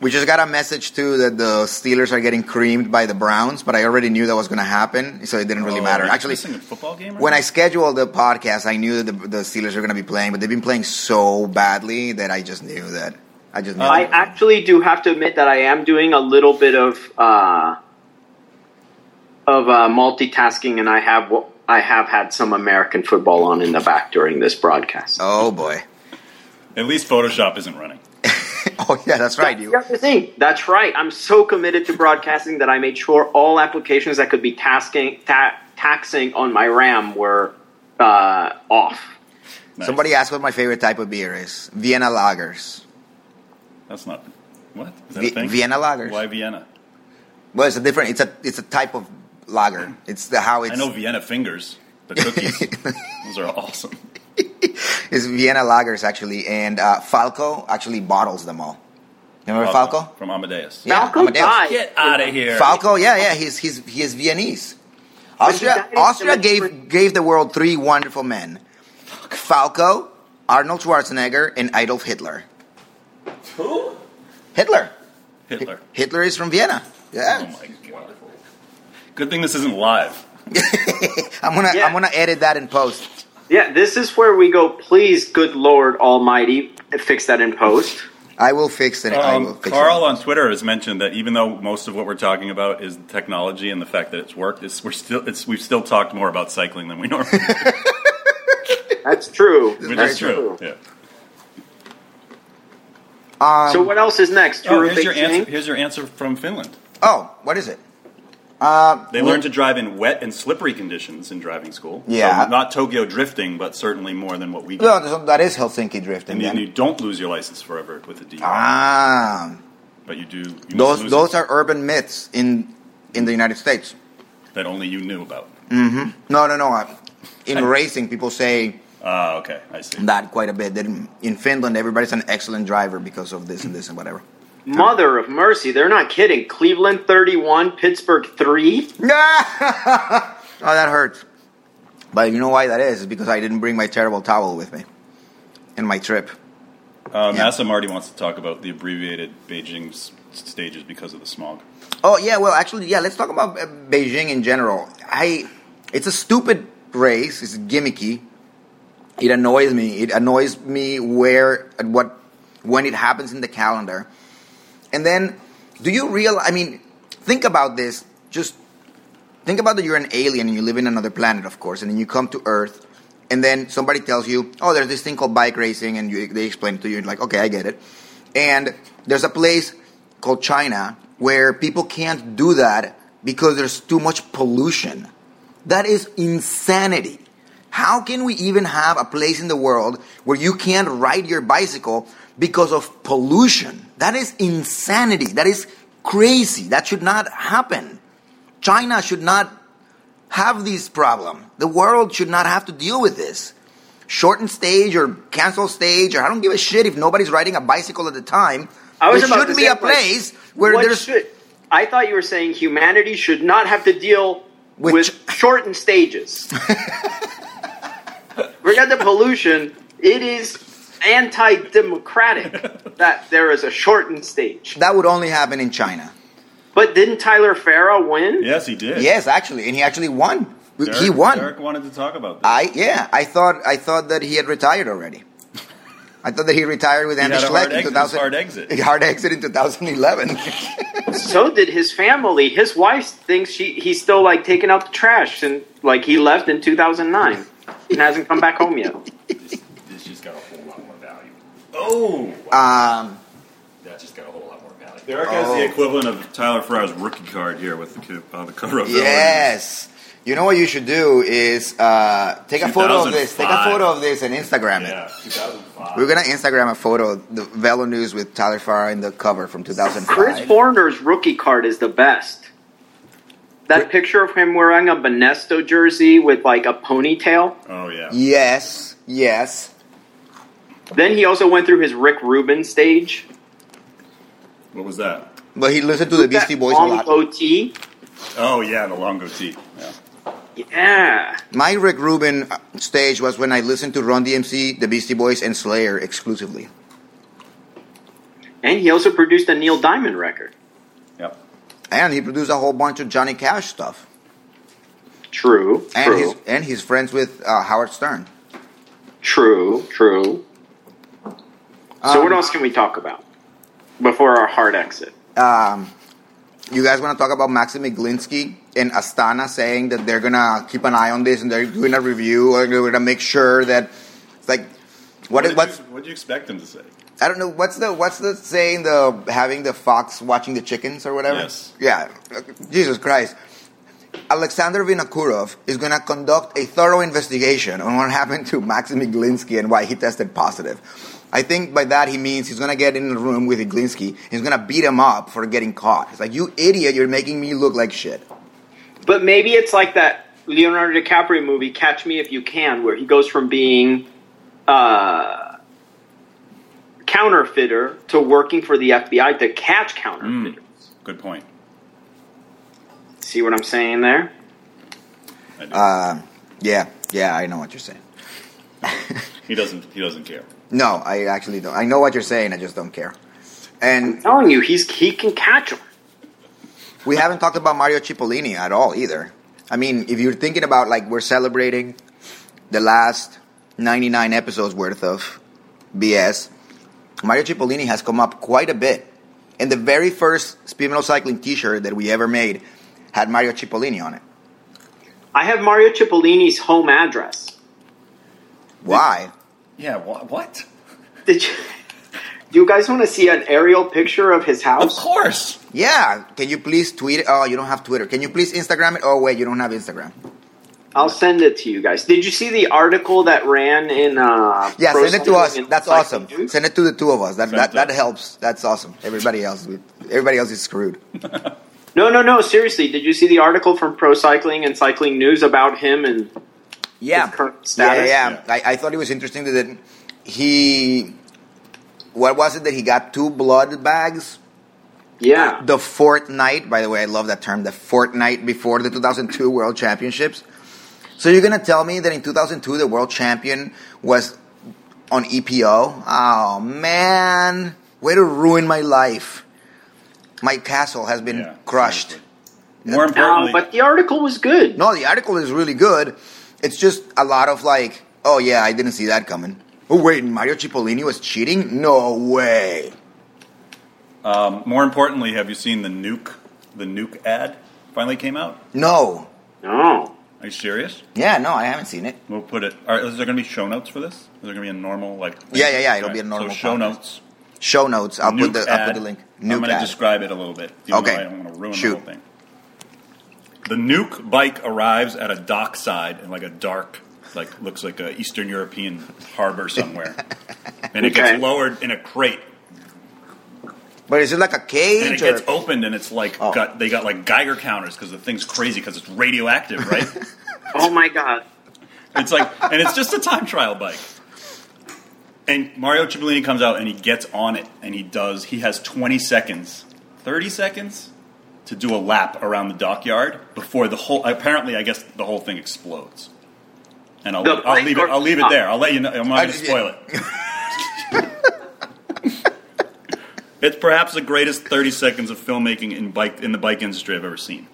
[SPEAKER 1] We just got a message too that the Steelers are getting creamed by the Browns, but I already knew that was going to happen, so it didn't really
[SPEAKER 4] Oh,
[SPEAKER 1] matter.
[SPEAKER 4] are you
[SPEAKER 1] Actually,
[SPEAKER 4] missing a football game. or
[SPEAKER 1] when I
[SPEAKER 4] something?
[SPEAKER 1] scheduled the podcast, I knew that the, the Steelers were going to be playing, but they've been playing so badly that I just knew that. I just knew.
[SPEAKER 4] Oh.
[SPEAKER 1] that.
[SPEAKER 3] I actually do have to admit that I am doing a little bit of uh, of uh, multitasking, and I have I have had some American football on in the back during this broadcast.
[SPEAKER 1] oh boy. (laughs)
[SPEAKER 4] at least Photoshop isn't running.
[SPEAKER 1] Oh yeah, that's right. You.
[SPEAKER 3] That's the other thing. That's right. I'm so committed to broadcasting that I made sure all applications that could be tasking ta- taxing on my RAM were uh, off.
[SPEAKER 4] Nice.
[SPEAKER 1] Somebody asked what my favorite type of beer is. Vienna lagers.
[SPEAKER 4] That's not. What is that a
[SPEAKER 1] Vi-
[SPEAKER 4] thing?
[SPEAKER 1] Vienna lagers.
[SPEAKER 4] Why Vienna?
[SPEAKER 1] Well, it's a different. It's a it's a type of lager. It's the how it's
[SPEAKER 4] I
[SPEAKER 1] (laughs)
[SPEAKER 4] know Vienna fingers. The cookies. Those are awesome.
[SPEAKER 1] it's Vienna lagers actually, and uh, Falco actually bottles them all. Remember Falco?
[SPEAKER 4] from Amadeus.
[SPEAKER 1] Yeah,
[SPEAKER 3] Falco
[SPEAKER 1] Amadeus.
[SPEAKER 3] died.
[SPEAKER 4] Get out of here.
[SPEAKER 1] Falco, yeah, yeah, he's he's he is Viennese.
[SPEAKER 3] he died
[SPEAKER 1] Austria,
[SPEAKER 3] in
[SPEAKER 1] Austria
[SPEAKER 3] Germany.
[SPEAKER 1] gave gave the world three wonderful men: Falco, Arnold Schwarzenegger, and Adolf Hitler.
[SPEAKER 4] Who?
[SPEAKER 1] Hitler.
[SPEAKER 4] Hitler.
[SPEAKER 1] Hitler is from Vienna.
[SPEAKER 4] Oh
[SPEAKER 1] Yeah,
[SPEAKER 4] my god. Good thing this isn't live.
[SPEAKER 1] (laughs) I'm gonna
[SPEAKER 3] Yeah.
[SPEAKER 1] I'm gonna edit that in post.
[SPEAKER 3] Yeah, this is where we go. Please, good Lord Almighty, fix that in post.
[SPEAKER 1] I will fix it. I will
[SPEAKER 4] Um,
[SPEAKER 1] fix
[SPEAKER 4] Carl
[SPEAKER 1] it.
[SPEAKER 4] on Twitter has mentioned that even though most of what we're talking about is technology and the fact that it's worked, it's, we're still it's, we've still talked more about cycling than
[SPEAKER 1] (laughs)
[SPEAKER 4] we normally, do,
[SPEAKER 3] That's true.
[SPEAKER 4] which
[SPEAKER 3] That's
[SPEAKER 4] is true. Yeah.
[SPEAKER 1] Um,
[SPEAKER 3] So what else is next?
[SPEAKER 4] Oh,
[SPEAKER 3] Tour of
[SPEAKER 4] here's your
[SPEAKER 3] Beijing?
[SPEAKER 4] answer. Here's your answer from Finland.
[SPEAKER 1] oh, what is it? Uh,
[SPEAKER 4] They learned to drive in wet and slippery conditions in driving school.
[SPEAKER 1] Yeah.
[SPEAKER 4] So not Tokyo drifting, but certainly more than what we get.
[SPEAKER 1] No, so that is Helsinki drifting.
[SPEAKER 4] and then
[SPEAKER 1] then.
[SPEAKER 4] you don't lose your license forever with a DUI,
[SPEAKER 1] ah,
[SPEAKER 4] but you do. You must
[SPEAKER 1] those
[SPEAKER 4] lose
[SPEAKER 1] those
[SPEAKER 4] it
[SPEAKER 1] are urban myths in in the United States.
[SPEAKER 4] that only you knew about.
[SPEAKER 1] No, no, no. uh, In racing, people say
[SPEAKER 4] Ah, okay, I see.
[SPEAKER 1] that quite a bit. That in, in Finland, everybody's an excellent driver because of this and this and whatever. (laughs)
[SPEAKER 3] Mother of mercy, they're not kidding. Cleveland 31, Pittsburgh 3.
[SPEAKER 1] oh, that hurts. But you know why that is? It's because I didn't bring my terrible towel with me in my trip.
[SPEAKER 4] Um,
[SPEAKER 1] Yeah.
[SPEAKER 4] Asa Marty wants to talk about the abbreviated Beijing s- stages because of the smog.
[SPEAKER 1] Oh yeah, well actually yeah, let's talk about uh, Beijing in general. I it's a stupid race, it's gimmicky. It annoys me. It annoys me where at what when it happens in the calendar. And then do you realize I mean, think about this. Just think about that you're an alien and you live in another planet, of course, and then you come to Earth and then somebody tells you, "Oh, there's this thing called bike racing," and you, they explain it to you, and you're like, "Okay, I get it." And there's a place called China where people can't do that because there's too much pollution. That is insanity. How can we even have a place in the world where you can't ride your bicycle because of pollution? That is insanity. That is crazy. That should not happen. China should not have this problem. The world should not have to deal with this. Shorten stage or cancel stage, or I don't give a shit if nobody's riding a bicycle at the time.
[SPEAKER 3] I was
[SPEAKER 1] there
[SPEAKER 3] about
[SPEAKER 1] should
[SPEAKER 3] to
[SPEAKER 1] be
[SPEAKER 3] say,
[SPEAKER 1] a
[SPEAKER 3] like,
[SPEAKER 1] place where
[SPEAKER 3] what
[SPEAKER 1] there's
[SPEAKER 3] should- I thought you were saying humanity should not have to deal
[SPEAKER 1] With
[SPEAKER 3] with, shortened stages. Forget the pollution. It is
[SPEAKER 4] (laughs)
[SPEAKER 3] anti-democratic that there is a shortened stage.
[SPEAKER 1] that would only happen in China.
[SPEAKER 3] But didn't Tyler Farah win?
[SPEAKER 4] Yes, he did.
[SPEAKER 1] Yes, actually, and he actually won.
[SPEAKER 4] Derek,
[SPEAKER 1] he won.
[SPEAKER 4] Derek wanted to talk about that.
[SPEAKER 1] I yeah, I thought I thought that he had retired already. (laughs) I thought that he retired with Andy
[SPEAKER 4] had a
[SPEAKER 1] Ah, Schleck
[SPEAKER 4] hard
[SPEAKER 1] in
[SPEAKER 4] exit,
[SPEAKER 1] 2000.
[SPEAKER 4] hard
[SPEAKER 1] (laughs)
[SPEAKER 4] exit.
[SPEAKER 1] Hard exit in
[SPEAKER 4] (laughs)
[SPEAKER 1] 2011.
[SPEAKER 3] So did his family. His wife thinks she, he's still like taking out the trash and like he left in 2009 and hasn't come back home yet.
[SPEAKER 5] This just got a whole lot more value.
[SPEAKER 4] Oh,
[SPEAKER 1] um,
[SPEAKER 5] That just got a whole lot more value.
[SPEAKER 4] Derek has
[SPEAKER 1] Oh.
[SPEAKER 4] the equivalent of Tyler Farr's rookie card here with the, co- uh, the cover of Villain.
[SPEAKER 1] yes. You know what you should do is uh, take a photo of this. Take a
[SPEAKER 4] 2005.
[SPEAKER 1] photo of this and Instagram it.
[SPEAKER 4] Yeah,
[SPEAKER 5] 2005.
[SPEAKER 1] We're gonna Instagram a photo, of the Velo News with Tyler Farrar in the cover from
[SPEAKER 3] (laughs) Chris
[SPEAKER 1] 2005.
[SPEAKER 3] Forner's rookie card is the best. That picture of him wearing a Benesto jersey with like a ponytail.
[SPEAKER 4] Oh yeah.
[SPEAKER 1] Yes, yes.
[SPEAKER 3] Then he also went through his Rick Rubin stage.
[SPEAKER 4] What was that?
[SPEAKER 1] But he listened to the Beastie
[SPEAKER 3] That
[SPEAKER 1] Boys a
[SPEAKER 3] long
[SPEAKER 1] lot.
[SPEAKER 3] goatee.
[SPEAKER 4] Oh yeah, the long goatee. Yeah.
[SPEAKER 3] Yeah.
[SPEAKER 1] My Rick Rubin uh, stage was when I listened to Run DMC, the Beastie Boys, and Slayer exclusively.
[SPEAKER 3] And he also produced a Neil Diamond record.
[SPEAKER 4] Yep.
[SPEAKER 1] And he produced a whole bunch of Johnny Cash stuff.
[SPEAKER 3] True.
[SPEAKER 1] And
[SPEAKER 3] true.
[SPEAKER 1] he's and he's friends with uh, Howard Stern.
[SPEAKER 3] True. True. so
[SPEAKER 1] Um,
[SPEAKER 3] what else can we talk about before our hard exit?
[SPEAKER 1] Um, you guys want to talk about Maxim Iglinsky and Astana saying that they're gonna keep an eye on this and they're doing a review or they're gonna make sure that it's like what
[SPEAKER 4] did
[SPEAKER 1] is what's
[SPEAKER 4] you, what did you expect him to say?
[SPEAKER 1] I don't know what's the what's the saying the having the fox watching the chickens or whatever.
[SPEAKER 4] Yes.
[SPEAKER 1] Yeah. Jesus Christ. Alexander Vinokurov is going to conduct a thorough investigation on what (laughs) happened to Maxim Iglinsky and why he tested positive. I think by that he means he's going to get in a room with Iglinsky. He's going to beat him up for getting caught. It's like, you idiot, you're making me look like shit.
[SPEAKER 3] But maybe it's like that Leonardo DiCaprio movie, Catch Me If You Can, where he goes from being uh, counterfeiter to working for the FBI to catch counterfeiters.
[SPEAKER 4] Hmm. Good point.
[SPEAKER 3] See what I'm saying there?
[SPEAKER 4] I do.
[SPEAKER 1] Uh, yeah, yeah, I know what you're saying.
[SPEAKER 4] he doesn't. He doesn't care.
[SPEAKER 1] No, I actually don't. I know what you're saying, I just don't care. And
[SPEAKER 3] I'm telling you, he's he can catch them.
[SPEAKER 1] We haven't talked about Mario Cipollini at all either. I mean, if you're thinking about like we're celebrating the last 99 episodes worth of BS, Mario Cipollini has come up quite a bit. And the very first speed metal cycling T-shirt that we ever made had Mario Cipollini on it.
[SPEAKER 3] I have Mario Cipollini's home address.
[SPEAKER 1] Why?
[SPEAKER 4] Yeah. Wha- what?
[SPEAKER 3] Did you? (laughs) Do you guys want to see an aerial picture of his
[SPEAKER 4] Of
[SPEAKER 3] house?
[SPEAKER 4] course.
[SPEAKER 1] Yeah. Can you please tweet? it? Oh, you don't have Twitter. Can you please Instagram it? Oh wait, you don't have Instagram.
[SPEAKER 3] I'll send it to you guys. Did you see the article that ran in? Uh,
[SPEAKER 1] Yeah,
[SPEAKER 3] Pro
[SPEAKER 1] send it to
[SPEAKER 3] Cycling
[SPEAKER 1] us.
[SPEAKER 3] and
[SPEAKER 1] That's
[SPEAKER 3] Cycling
[SPEAKER 1] awesome.
[SPEAKER 3] News?
[SPEAKER 1] Send it to the two of us. That
[SPEAKER 4] Send
[SPEAKER 1] that,
[SPEAKER 4] it
[SPEAKER 1] that
[SPEAKER 4] to us.
[SPEAKER 1] helps. That's awesome. Everybody else, everybody else is screwed.
[SPEAKER 3] No, no, no. Seriously, did you see the article from Pro Cycling and Cycling News about him? And
[SPEAKER 1] yeah.
[SPEAKER 3] his current status.
[SPEAKER 1] Yeah, yeah. I, I thought it was interesting that he, what was it that he got two blood bags
[SPEAKER 3] yeah,
[SPEAKER 1] the fortnight? By the way, I love that term. The fortnight before the 2002 World Championships. So you're gonna tell me that in 2002 the world champion was on EPO? Oh man, way to ruin my life. My castle has been
[SPEAKER 4] Yeah,
[SPEAKER 1] crushed.
[SPEAKER 4] seriously. More
[SPEAKER 3] no,
[SPEAKER 4] importantly,
[SPEAKER 3] but the article was good.
[SPEAKER 1] No, the article is really good. It's just a lot of like, oh yeah, I didn't see that coming. Oh wait, Mario Cipollini was cheating? No way.
[SPEAKER 4] um, more importantly, have you seen the nuke? The nuke ad finally came out.
[SPEAKER 1] No.
[SPEAKER 3] No.
[SPEAKER 4] Are you serious?
[SPEAKER 1] Yeah, no, I haven't seen it.
[SPEAKER 4] We'll put it. Are, is there going to be show notes for this? Is there going to be a normal like? thing?
[SPEAKER 1] Yeah, yeah, yeah, it'll
[SPEAKER 4] All
[SPEAKER 1] be a normal
[SPEAKER 4] So show
[SPEAKER 1] podcast.
[SPEAKER 4] notes.
[SPEAKER 1] Show notes. I'll put
[SPEAKER 4] nuke
[SPEAKER 1] the I'll put
[SPEAKER 4] ad.
[SPEAKER 1] the link.
[SPEAKER 4] I'm
[SPEAKER 1] Nuke
[SPEAKER 4] going to
[SPEAKER 1] ad.
[SPEAKER 4] describe it a little bit. even
[SPEAKER 1] Okay.
[SPEAKER 4] though I don't want to ruin
[SPEAKER 1] Shoot.
[SPEAKER 4] the whole thing. The nuke bike arrives at a dockside in like a dark, like looks like a Eastern European harbor
[SPEAKER 1] (laughs)
[SPEAKER 4] somewhere, and it
[SPEAKER 3] Okay.
[SPEAKER 4] gets lowered in a crate,
[SPEAKER 1] but is it like a
[SPEAKER 4] and it
[SPEAKER 1] cage?
[SPEAKER 4] gets
[SPEAKER 1] or-
[SPEAKER 4] opened, and it's like
[SPEAKER 1] Oh.
[SPEAKER 4] got they got like Geiger counters because the thing's crazy because it's radioactive, right?
[SPEAKER 1] (laughs)
[SPEAKER 3] Oh my god.
[SPEAKER 4] it's like, and it's just a time trial bike. And Mario Cipollini comes out and he gets on it and he does. He has 20 seconds, 30 seconds to do a lap around the dockyard before the whole. Apparently, I guess the whole thing explodes. And I'll,
[SPEAKER 3] The
[SPEAKER 4] I'll leave it.
[SPEAKER 3] plane-
[SPEAKER 4] I'll leave it there. I'll let you know. I'm not
[SPEAKER 1] I-
[SPEAKER 4] going to spoil
[SPEAKER 3] (laughs)
[SPEAKER 4] it. it's perhaps the greatest 30 seconds of filmmaking in bike in the bike industry I've ever seen.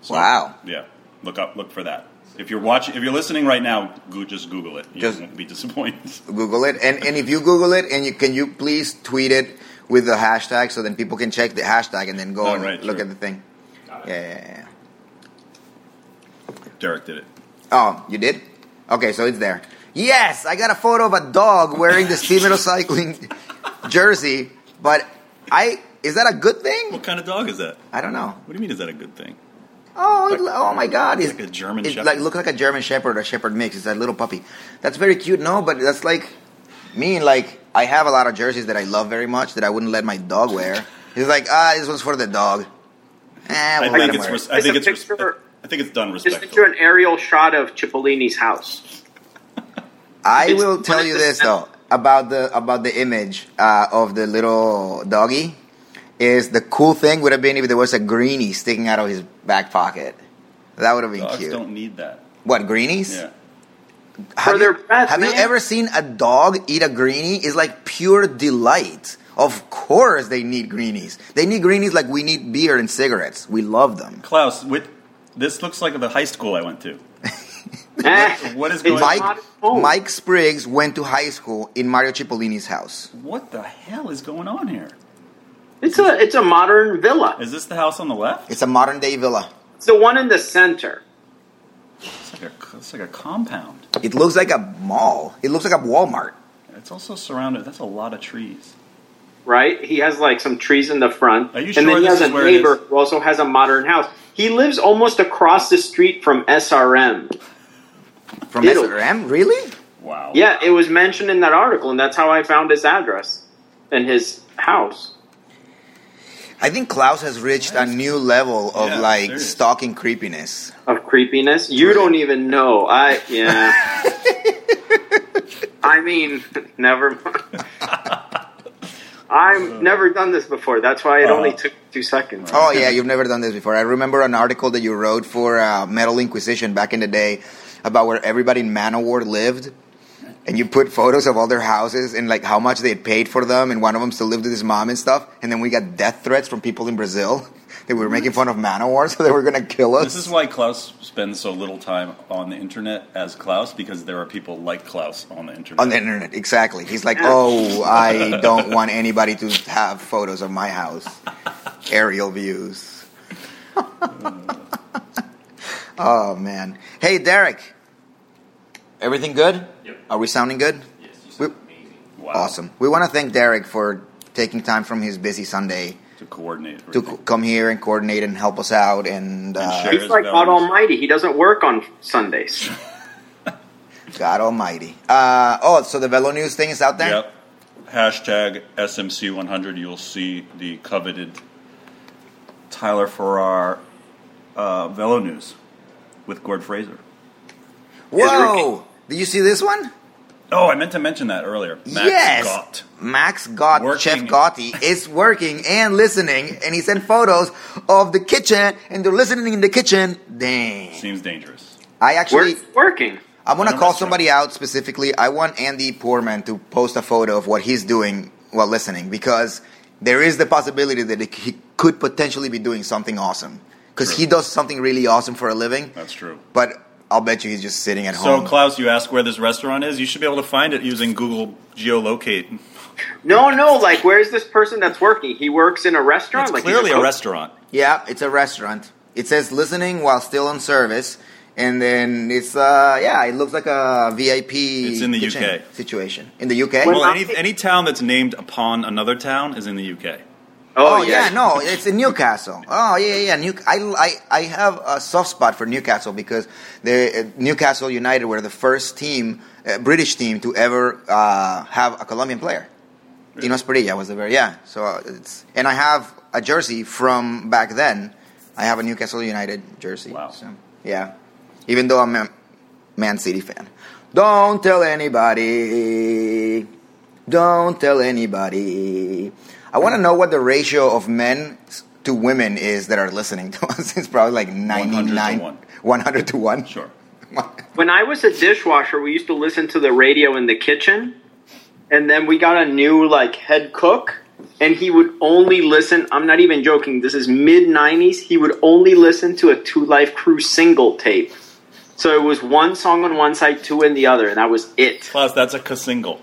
[SPEAKER 4] So,
[SPEAKER 1] Wow.
[SPEAKER 4] Yeah. Look up. Look for that. If you're watching, if you're listening right now, go, just Google it. You
[SPEAKER 1] Just-
[SPEAKER 4] won't be disappointed. (laughs)
[SPEAKER 1] Google it, and and if you Google it, and you can you please tweet it with the hashtag so then people can check the hashtag and then go
[SPEAKER 4] Oh,
[SPEAKER 1] and
[SPEAKER 4] right,
[SPEAKER 1] look
[SPEAKER 4] sure.
[SPEAKER 1] at the thing. Yeah, yeah, yeah.
[SPEAKER 4] Derek did it.
[SPEAKER 1] Oh, you did? Okay, so it's there. Yes, I got a photo of a dog wearing the speed metal cycling (laughs) jersey, but I is that a good thing?
[SPEAKER 4] What kind of dog is that?
[SPEAKER 1] I don't know.
[SPEAKER 4] What do you mean? Is that a good thing?
[SPEAKER 1] Oh, it, oh my God! It's
[SPEAKER 4] like a German
[SPEAKER 1] it,
[SPEAKER 4] Shepherd.
[SPEAKER 1] Like look like a German Shepherd or Shepherd mix. It's that little puppy. That's very cute. No, but that's like me. Like I have a lot of jerseys that I love very much that I wouldn't let my dog wear. He's like, ah, this one's for the dog. Eh, we'll
[SPEAKER 4] I
[SPEAKER 1] let
[SPEAKER 4] think
[SPEAKER 1] him
[SPEAKER 4] it's.
[SPEAKER 1] wear.
[SPEAKER 4] Res-
[SPEAKER 1] it.
[SPEAKER 4] I think
[SPEAKER 3] It's
[SPEAKER 4] it's.
[SPEAKER 3] a
[SPEAKER 4] Res-
[SPEAKER 3] picture-
[SPEAKER 4] I think it's done
[SPEAKER 3] Just picture
[SPEAKER 4] respectfully.
[SPEAKER 3] an aerial shot of Cipollini's house.
[SPEAKER 1] I
[SPEAKER 3] it's
[SPEAKER 1] will
[SPEAKER 3] one
[SPEAKER 1] tell
[SPEAKER 3] of
[SPEAKER 1] you
[SPEAKER 3] the
[SPEAKER 1] this
[SPEAKER 3] sen-
[SPEAKER 1] though about the about the image uh, of the little doggy. Is the cool thing would have been if there was a greenie sticking out of his back pocket. That would have been
[SPEAKER 4] Dogs
[SPEAKER 1] cute.
[SPEAKER 4] don't need that.
[SPEAKER 1] What greenies?
[SPEAKER 4] Yeah.
[SPEAKER 1] Have,
[SPEAKER 3] For their
[SPEAKER 1] you,
[SPEAKER 3] breath,
[SPEAKER 1] have you
[SPEAKER 3] man.
[SPEAKER 1] ever seen a dog eat a greenie? It's like pure delight. Of course, they need greenies. They need greenies like we need beer and cigarettes. We love them.
[SPEAKER 4] Klaus, with this looks like the high school I went to. what is
[SPEAKER 3] (laughs)
[SPEAKER 4] going-
[SPEAKER 3] it's
[SPEAKER 1] Mike,
[SPEAKER 3] not at home.
[SPEAKER 1] Mike Spriggs went to high school in Mario Cipollini's house.
[SPEAKER 4] What the hell is going on here?
[SPEAKER 3] It's a it's a modern villa.
[SPEAKER 4] Is this the house on the left?
[SPEAKER 1] It's a modern day villa.
[SPEAKER 3] It's the one in the center.
[SPEAKER 4] It's like a. It's like a compound.
[SPEAKER 1] It looks like a mall. It looks like a Walmart.
[SPEAKER 4] It's also surrounded. That's a lot of trees.
[SPEAKER 3] right? He has like some trees in the front.
[SPEAKER 4] Are you
[SPEAKER 3] and
[SPEAKER 4] sure
[SPEAKER 3] then he has
[SPEAKER 4] this is
[SPEAKER 3] a
[SPEAKER 4] where it
[SPEAKER 3] neighbor
[SPEAKER 4] is?
[SPEAKER 3] who also has a modern house. He lives almost across the street from SRM.
[SPEAKER 1] From
[SPEAKER 3] Diddle.
[SPEAKER 1] SRM? Really?
[SPEAKER 4] Wow.
[SPEAKER 3] Yeah, it was mentioned in that article, and that's how I found his address and his house.
[SPEAKER 1] I think Klaus has reached a new level of
[SPEAKER 4] Yeah,
[SPEAKER 1] like
[SPEAKER 4] serious.
[SPEAKER 1] stalking creepiness.
[SPEAKER 3] Of creepiness, you don't even know. I
[SPEAKER 4] (laughs)
[SPEAKER 3] yeah. I mean, (laughs) never. mind. (laughs) I've never done this before. That's why it only
[SPEAKER 4] Uh-huh.
[SPEAKER 3] took two seconds.
[SPEAKER 1] Oh yeah, you've never done this before. I remember an article that you wrote for uh, Metal Inquisition back in the day about where everybody in Manowar lived, and you put photos of all their houses and like how much they had paid for them, and one of them still lived with his mom and stuff. And then we got death threats from people in Brazil (laughs) that we were making fun of Manowar, (laughs) so they were gonna kill
[SPEAKER 4] This
[SPEAKER 1] us.
[SPEAKER 4] is why Klaus spends so little time on the internet as Klaus because there are people like Klaus on the internet.
[SPEAKER 1] on the internet, exactly. He's like, "Oh, I don't want anybody to have photos of my house, aerial views." oh man! Hey, Derek, everything good?
[SPEAKER 5] Yep.
[SPEAKER 1] Are we sounding good?
[SPEAKER 5] Yes, you
[SPEAKER 1] We-
[SPEAKER 5] sound amazing.
[SPEAKER 4] wow.
[SPEAKER 1] Awesome. We want to thank Derek for taking time from his busy Sunday
[SPEAKER 4] to coordinate.
[SPEAKER 1] to
[SPEAKER 4] everything.
[SPEAKER 1] c- come here and coordinate and help us out. And,
[SPEAKER 4] And
[SPEAKER 1] uh,
[SPEAKER 4] share.
[SPEAKER 3] He's like God Almighty. He doesn't work on Sundays.
[SPEAKER 1] God Almighty. Uh, oh, so the Velo News thing is out there.
[SPEAKER 4] Yep. Hashtag SMC100. You'll see the coveted Tyler Farrar uh, Velo News with Gord Fraser.
[SPEAKER 1] Whoa! Did you see this one?
[SPEAKER 4] Oh, I meant to mention that earlier. Max
[SPEAKER 1] yes,
[SPEAKER 4] Gott.
[SPEAKER 1] Max Gott,
[SPEAKER 4] Working.
[SPEAKER 1] Chef Gotti, is working and listening, and he sent photos of the kitchen, and they're listening in the kitchen. Dang!
[SPEAKER 4] Seems dangerous.
[SPEAKER 1] I actually,
[SPEAKER 3] We're working.
[SPEAKER 1] I'm
[SPEAKER 4] I
[SPEAKER 1] gonna
[SPEAKER 4] don't
[SPEAKER 1] call
[SPEAKER 4] know.
[SPEAKER 1] somebody out specifically. I want Andy Poorman to post a photo of what he's doing while listening, because there is the possibility that he could potentially be doing something awesome, because
[SPEAKER 4] True.
[SPEAKER 1] he does something really awesome for a living.
[SPEAKER 4] That's true.
[SPEAKER 1] But I'll bet you he's just sitting at
[SPEAKER 4] So,
[SPEAKER 1] home.
[SPEAKER 4] Klaus, you asked where this restaurant is. You should be able to find it using Google Geolocate.
[SPEAKER 3] No, no, like where's this person that's working? He works in a restaurant.
[SPEAKER 4] It's
[SPEAKER 3] like he's
[SPEAKER 4] clearly a
[SPEAKER 3] cook?
[SPEAKER 4] restaurant.
[SPEAKER 1] Yeah, it's a restaurant. It says listening while still on service, and then it's uh yeah, it looks like a VIP. It's
[SPEAKER 4] in the
[SPEAKER 1] kitchen
[SPEAKER 4] UK.
[SPEAKER 1] situation in the UK.
[SPEAKER 3] Well,
[SPEAKER 4] Well,
[SPEAKER 3] I-
[SPEAKER 4] any, any town that's named upon another town is in the UK.
[SPEAKER 1] oh yeah. no, it's in Newcastle. Oh yeah, yeah, New. I, I, I have a soft spot for Newcastle because the uh, Newcastle United were the first team, uh, British team, to ever uh, have a Colombian player. Dinos Perilla was the very yeah. So uh, it's and I have a jersey from back then. I have a Newcastle United jersey.
[SPEAKER 4] Wow.
[SPEAKER 1] So, yeah. Even though I'm a Man City fan. Don't tell anybody. Don't tell anybody. I want to know what the ratio of men s- to women is that are listening to (laughs) us. It's probably like 99.
[SPEAKER 4] 100
[SPEAKER 1] 100 to 1.
[SPEAKER 4] Sure.
[SPEAKER 3] When I was a dishwasher, we used to listen to the radio in the kitchen, and then we got a new like head cook, and he would only listen. I'm not even joking. This is mid '90s. He would only listen to a Two Life Crew single tape. So it was one song on one side, two in the other, and that was it.
[SPEAKER 4] Plus, that's a single.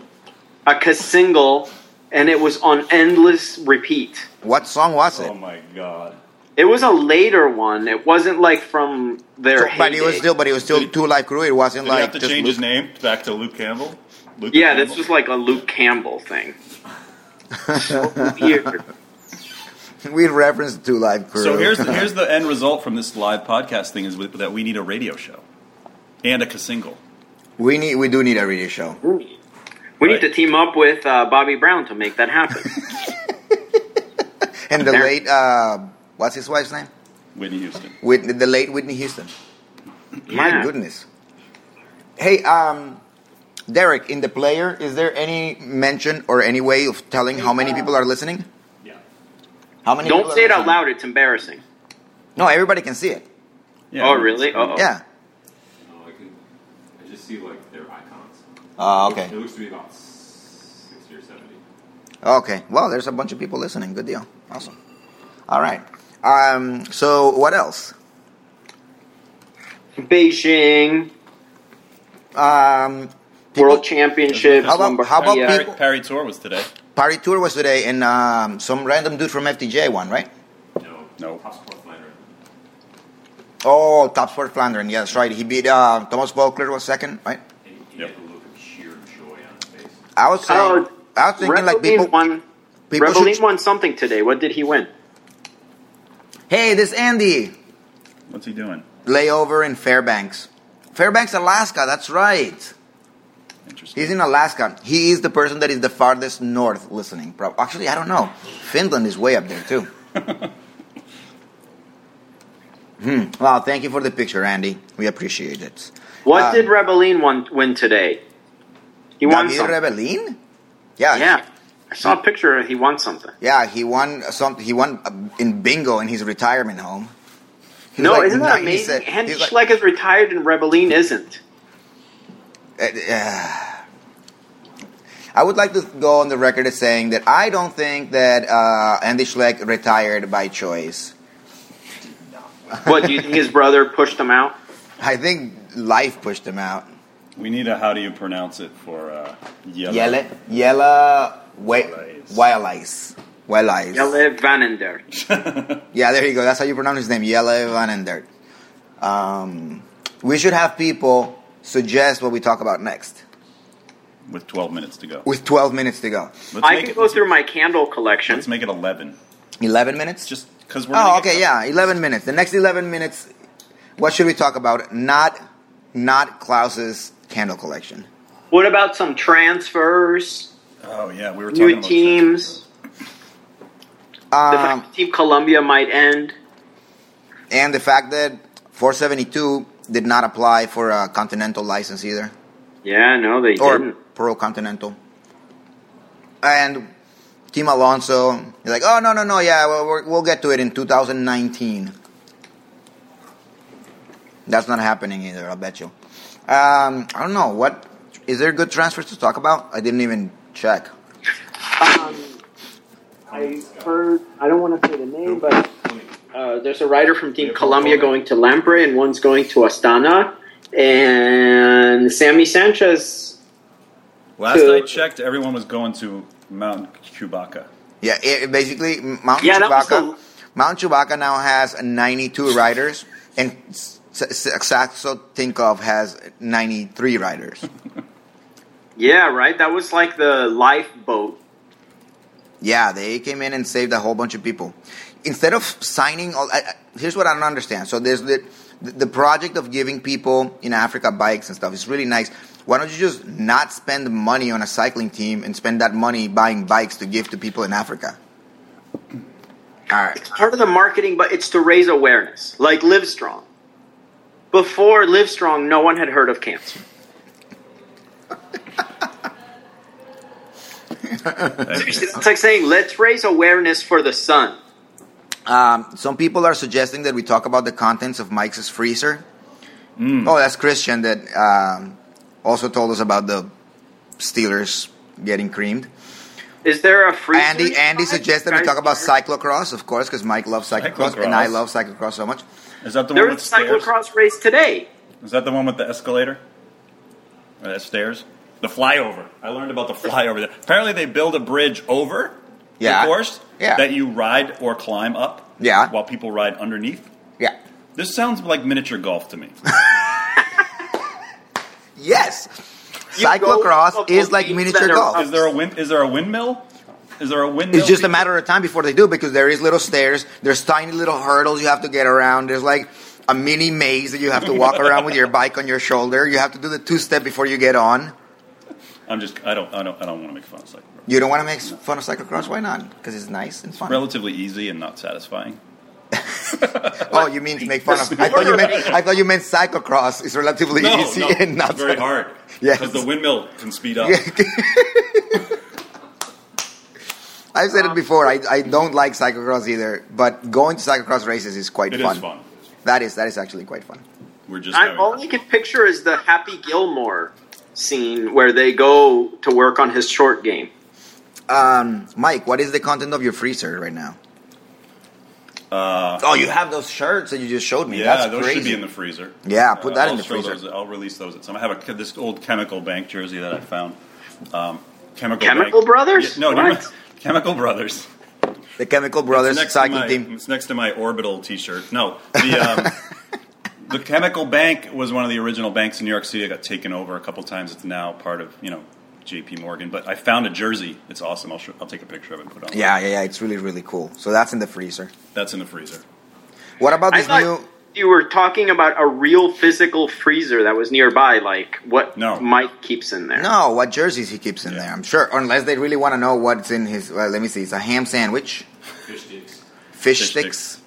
[SPEAKER 3] A ca- single, and it was on endless repeat.
[SPEAKER 1] (laughs) What song was it?
[SPEAKER 4] Oh my god.
[SPEAKER 3] It was a later one. It wasn't like from their.
[SPEAKER 4] Oh,
[SPEAKER 1] So- but it was
[SPEAKER 3] heyday.
[SPEAKER 1] still, but it was still two life crew. It wasn't
[SPEAKER 4] Did
[SPEAKER 1] like
[SPEAKER 4] he have to
[SPEAKER 1] just
[SPEAKER 4] change his
[SPEAKER 1] Luke-
[SPEAKER 4] name back to Luke Campbell? Luke
[SPEAKER 3] Yeah,
[SPEAKER 4] Campbell?
[SPEAKER 3] this was like a Luke Campbell
[SPEAKER 1] (laughs)
[SPEAKER 3] thing. So weird.
[SPEAKER 1] (laughs) We referenced two life crew.
[SPEAKER 4] So here's the,
[SPEAKER 1] (laughs)
[SPEAKER 4] here's the end result from this live podcast thing is with, that we need a radio show and a single.
[SPEAKER 1] we need we do need a radio show.
[SPEAKER 3] We need
[SPEAKER 4] Right.
[SPEAKER 3] to team up with uh, Bobby Brown to make that happen.
[SPEAKER 1] And the
[SPEAKER 3] There.
[SPEAKER 1] late uh, what's his wife's name?
[SPEAKER 4] Whitney Houston.
[SPEAKER 1] Whitney, the late Whitney Houston. (laughs) My
[SPEAKER 3] Yeah.
[SPEAKER 1] goodness. Hey, um, Derek, in the player, is there any mention or any way of telling how many people are listening?
[SPEAKER 5] Yeah.
[SPEAKER 1] How many?
[SPEAKER 3] Don't
[SPEAKER 1] people are
[SPEAKER 3] say it out
[SPEAKER 1] listening?
[SPEAKER 3] loud; it's embarrassing.
[SPEAKER 1] No, everybody can see it.
[SPEAKER 4] Yeah.
[SPEAKER 3] Oh, really? Oh,
[SPEAKER 1] Yeah.
[SPEAKER 5] No, I could. I just see like their icons.
[SPEAKER 1] Uh,
[SPEAKER 5] It
[SPEAKER 1] okay.
[SPEAKER 5] looks to be about sixty or seventy.
[SPEAKER 1] Okay. Well, there's a bunch of people listening. Good deal. Awesome. All right. Um, so what else?
[SPEAKER 3] Beijing
[SPEAKER 1] Um,
[SPEAKER 3] World Championships.
[SPEAKER 1] How about-
[SPEAKER 3] Lombardia.
[SPEAKER 1] how about
[SPEAKER 4] Parry,
[SPEAKER 1] people-
[SPEAKER 4] Parry Tour was today.
[SPEAKER 1] Party tour was today, and um, some random dude from FTJ won, right?
[SPEAKER 5] No.
[SPEAKER 4] No.
[SPEAKER 5] Top sport liner.
[SPEAKER 1] Oh, top sport Flandern. Yeah, that's right. He beat uh, Thomas Volkler was second, right?
[SPEAKER 5] And he
[SPEAKER 4] Yep.
[SPEAKER 5] had a look of sheer joy on his face.
[SPEAKER 1] I was saying,
[SPEAKER 3] Oh,
[SPEAKER 1] I was thinking like
[SPEAKER 3] Reveline
[SPEAKER 1] people,
[SPEAKER 3] won.
[SPEAKER 1] people
[SPEAKER 3] Reveline
[SPEAKER 1] should.
[SPEAKER 3] won something today. What did he win?
[SPEAKER 1] Hey, this Andy
[SPEAKER 4] What's he doing?
[SPEAKER 1] layover in Fairbanks, Fairbanks, Alaska. That's right.
[SPEAKER 4] Interesting.
[SPEAKER 1] He's in Alaska. He is the person that is the farthest north listening. prob- Actually, I don't know. Finland is way up there
[SPEAKER 3] (laughs)
[SPEAKER 1] too. hmm. Wow. Thank you for the picture, Andy. We appreciate it.
[SPEAKER 3] What
[SPEAKER 1] Um,
[SPEAKER 3] did Rebeline won, win today? He won
[SPEAKER 1] David
[SPEAKER 3] something.
[SPEAKER 1] Rebellin? Yeah.
[SPEAKER 3] yeah, I saw a picture. He won something.
[SPEAKER 1] Yeah, he won some. He won uh, in bingo in his retirement home. He was
[SPEAKER 3] no,
[SPEAKER 1] like
[SPEAKER 3] isn't that
[SPEAKER 1] 90
[SPEAKER 3] amazing?
[SPEAKER 1] he's
[SPEAKER 3] Andy
[SPEAKER 1] like-
[SPEAKER 3] Schleck is retired and Rebeline isn't.
[SPEAKER 1] Uh, uh, I would like to go on the record as saying that I don't think that uh, Andy Schleck retired by choice.
[SPEAKER 3] What do you think? His brother pushed him out.
[SPEAKER 1] I think life pushed him out.
[SPEAKER 4] We need a how do you pronounce it for uh, yellow.
[SPEAKER 1] Yele, Yella,
[SPEAKER 4] Wild Eyes.
[SPEAKER 1] Wild Eyes. Wild Eyes.
[SPEAKER 3] Jelle Vanender.
[SPEAKER 1] Yeah, there you go. That's how you pronounce his name, Yella Van Endert. Um, we should have people suggest what we talk about next
[SPEAKER 4] With 12 minutes to go.
[SPEAKER 1] with 12 minutes to go.
[SPEAKER 4] Let's
[SPEAKER 3] I
[SPEAKER 4] make
[SPEAKER 3] can
[SPEAKER 4] it,
[SPEAKER 3] go through my candle collection.
[SPEAKER 4] Let's make it 11.
[SPEAKER 1] 11 minutes?
[SPEAKER 4] Just because we're.
[SPEAKER 1] oh,
[SPEAKER 4] gonna get
[SPEAKER 1] okay, yeah,
[SPEAKER 4] cut.
[SPEAKER 1] 11 minutes. The next 11 minutes, what should we talk about? Not, not Klaus's candle collection.
[SPEAKER 3] What about some transfers,
[SPEAKER 4] Oh, yeah. We were talking
[SPEAKER 3] new
[SPEAKER 4] about
[SPEAKER 3] teams? The
[SPEAKER 1] Um,
[SPEAKER 3] fact Team Columbia might end.
[SPEAKER 1] and the fact that 472 did not apply for a continental license either,
[SPEAKER 3] Yeah, no, they
[SPEAKER 1] or
[SPEAKER 3] didn't.
[SPEAKER 1] pro continental. And Team Alonso, he's like, oh, no, no, no, yeah, well, we're, we'll get to it in 2019. That's not happening either, I'll bet you. Um, I don't know. What is there good transfers to talk about? I didn't even check.
[SPEAKER 3] Um, I heard. I don't want to say the name, but uh, there's a writer from Team Colombia going to Lampre, and one's going to Astana, and Sammy Sanchez.
[SPEAKER 4] Last
[SPEAKER 3] to-
[SPEAKER 4] I checked, everyone was going to Mount Chewbacca.
[SPEAKER 1] Yeah, it, it basically Mount
[SPEAKER 3] Yeah, that was
[SPEAKER 1] Chewbacca. Mount Chewbacca now has 92 riders, and S- S- S- Saxo Tinkoff has 93 riders.
[SPEAKER 3] Yeah, right. That was like the lifeboat.
[SPEAKER 1] Yeah, they came in and saved a whole bunch of people. Instead of signing all, I, I, here's what I don't understand. So there's the the project of giving people in Africa bikes and stuff is really nice. Why don't you just not spend money on a cycling team and spend that money buying bikes to give to people in Africa? All right.
[SPEAKER 3] Part of the marketing, but it's to raise awareness, like Livestrong. Before Livestrong, no one had heard of cancer. it's like saying, let's raise awareness for the sun.
[SPEAKER 1] Um, some people are suggesting that we talk about the contents of Mike's freezer. Oh, that's Christian that um, also told us about the Steelers getting creamed.
[SPEAKER 3] Is there a free?
[SPEAKER 1] Andy Andy suggested we talk about cyclocross, of course, because Mike loves cyclocross, and I
[SPEAKER 4] Cyclocross.
[SPEAKER 1] love cyclocross so much.
[SPEAKER 4] Is that the
[SPEAKER 3] There
[SPEAKER 4] one with
[SPEAKER 3] was a
[SPEAKER 4] stairs?
[SPEAKER 3] cyclocross race today.
[SPEAKER 4] Is that the one with the escalator? Or that stairs? The flyover. I learned about the flyover. There. Apparently, they build a bridge over
[SPEAKER 1] Yeah.
[SPEAKER 4] the course
[SPEAKER 1] Yeah.
[SPEAKER 4] that you ride or climb up.
[SPEAKER 1] Yeah.
[SPEAKER 4] While people ride underneath.
[SPEAKER 1] Yeah.
[SPEAKER 4] This sounds like miniature golf to me.
[SPEAKER 1] Yes.
[SPEAKER 3] You go
[SPEAKER 1] cyclocross
[SPEAKER 3] up
[SPEAKER 1] is
[SPEAKER 3] a
[SPEAKER 1] like
[SPEAKER 3] beach
[SPEAKER 1] miniature
[SPEAKER 3] that are
[SPEAKER 1] golf.
[SPEAKER 3] up
[SPEAKER 4] is there a wind? Is there a windmill? Is there a windmill?
[SPEAKER 1] It's just a matter of time before they do because there is little stairs, there's tiny little hurdles you have to get around. There's like a mini maze that you have to walk around with your bike on your shoulder. You have to do the two step before you get on.
[SPEAKER 4] I'm just. I don't. I don't. I don't want to make fun of cyclocross.
[SPEAKER 1] You don't want to make fun of cyclocross? Why not? Because it's nice and fun.
[SPEAKER 4] Relatively easy and
[SPEAKER 1] (laughs)
[SPEAKER 4] not satisfying.
[SPEAKER 1] Oh, you mean to make fun of? I thought you meant I thought you meant cyclocross is relatively
[SPEAKER 4] No,
[SPEAKER 1] easy
[SPEAKER 4] no,
[SPEAKER 1] and not
[SPEAKER 4] it's very hard.
[SPEAKER 1] Yes.
[SPEAKER 4] Because the windmill can
[SPEAKER 1] (laughs)
[SPEAKER 4] speed up.
[SPEAKER 1] I've said it before. I, I don't like cyclocross either, but going to cyclocross races is quite
[SPEAKER 4] It is
[SPEAKER 1] fun.
[SPEAKER 4] fun.
[SPEAKER 1] That is that is actually quite fun.
[SPEAKER 4] We're just.
[SPEAKER 3] I
[SPEAKER 4] having-
[SPEAKER 3] all I can picture is the Happy Gilmore scene where they go to work on his short game.
[SPEAKER 1] Um, Mike, what is the content of your freezer right now?
[SPEAKER 4] Uh,
[SPEAKER 1] Oh, you have those shirts that you just showed me.
[SPEAKER 4] Yeah,
[SPEAKER 1] That's
[SPEAKER 4] those
[SPEAKER 1] crazy.
[SPEAKER 4] should be in the freezer. Uh,
[SPEAKER 1] Yeah, put that in
[SPEAKER 4] I'll
[SPEAKER 1] the
[SPEAKER 4] show
[SPEAKER 1] freezer.
[SPEAKER 4] those- I'll release those at some. I have a, ke- this old Chemical Bank jersey that I found. Um, Chemical
[SPEAKER 3] Chemical
[SPEAKER 4] Bank.
[SPEAKER 3] Brothers?
[SPEAKER 4] Yeah, no, do you
[SPEAKER 3] What?
[SPEAKER 4] remember- (laughs) Chemical Brothers.
[SPEAKER 1] The Chemical Brothers
[SPEAKER 4] It's next to
[SPEAKER 1] cycling
[SPEAKER 4] my-
[SPEAKER 1] team.
[SPEAKER 4] It's next to my Orbital T-shirt. No, the
[SPEAKER 1] (laughs)
[SPEAKER 4] um, the Chemical Bank was one of the original banks in New York City. It got taken over a couple times. It's now part of you know J.P. Morgan. But I found a jersey. It's awesome. I'll, show, I'll take a picture of it and put it on.
[SPEAKER 1] Yeah, yeah, yeah. It's really really cool. So that's in the freezer.
[SPEAKER 4] that's in the freezer.
[SPEAKER 1] What about
[SPEAKER 3] I
[SPEAKER 1] this
[SPEAKER 3] thought
[SPEAKER 1] new?
[SPEAKER 3] you were talking about a real physical freezer that was nearby, like what
[SPEAKER 4] No.
[SPEAKER 3] Mike keeps in there.
[SPEAKER 1] No, what jerseys he keeps in
[SPEAKER 4] Yeah.
[SPEAKER 1] there? I'm sure, unless they really want to know what's in his. Well, let me see. It's a ham sandwich,
[SPEAKER 5] Fish sticks.
[SPEAKER 1] fish,
[SPEAKER 4] Fish
[SPEAKER 1] sticks,
[SPEAKER 4] sticks.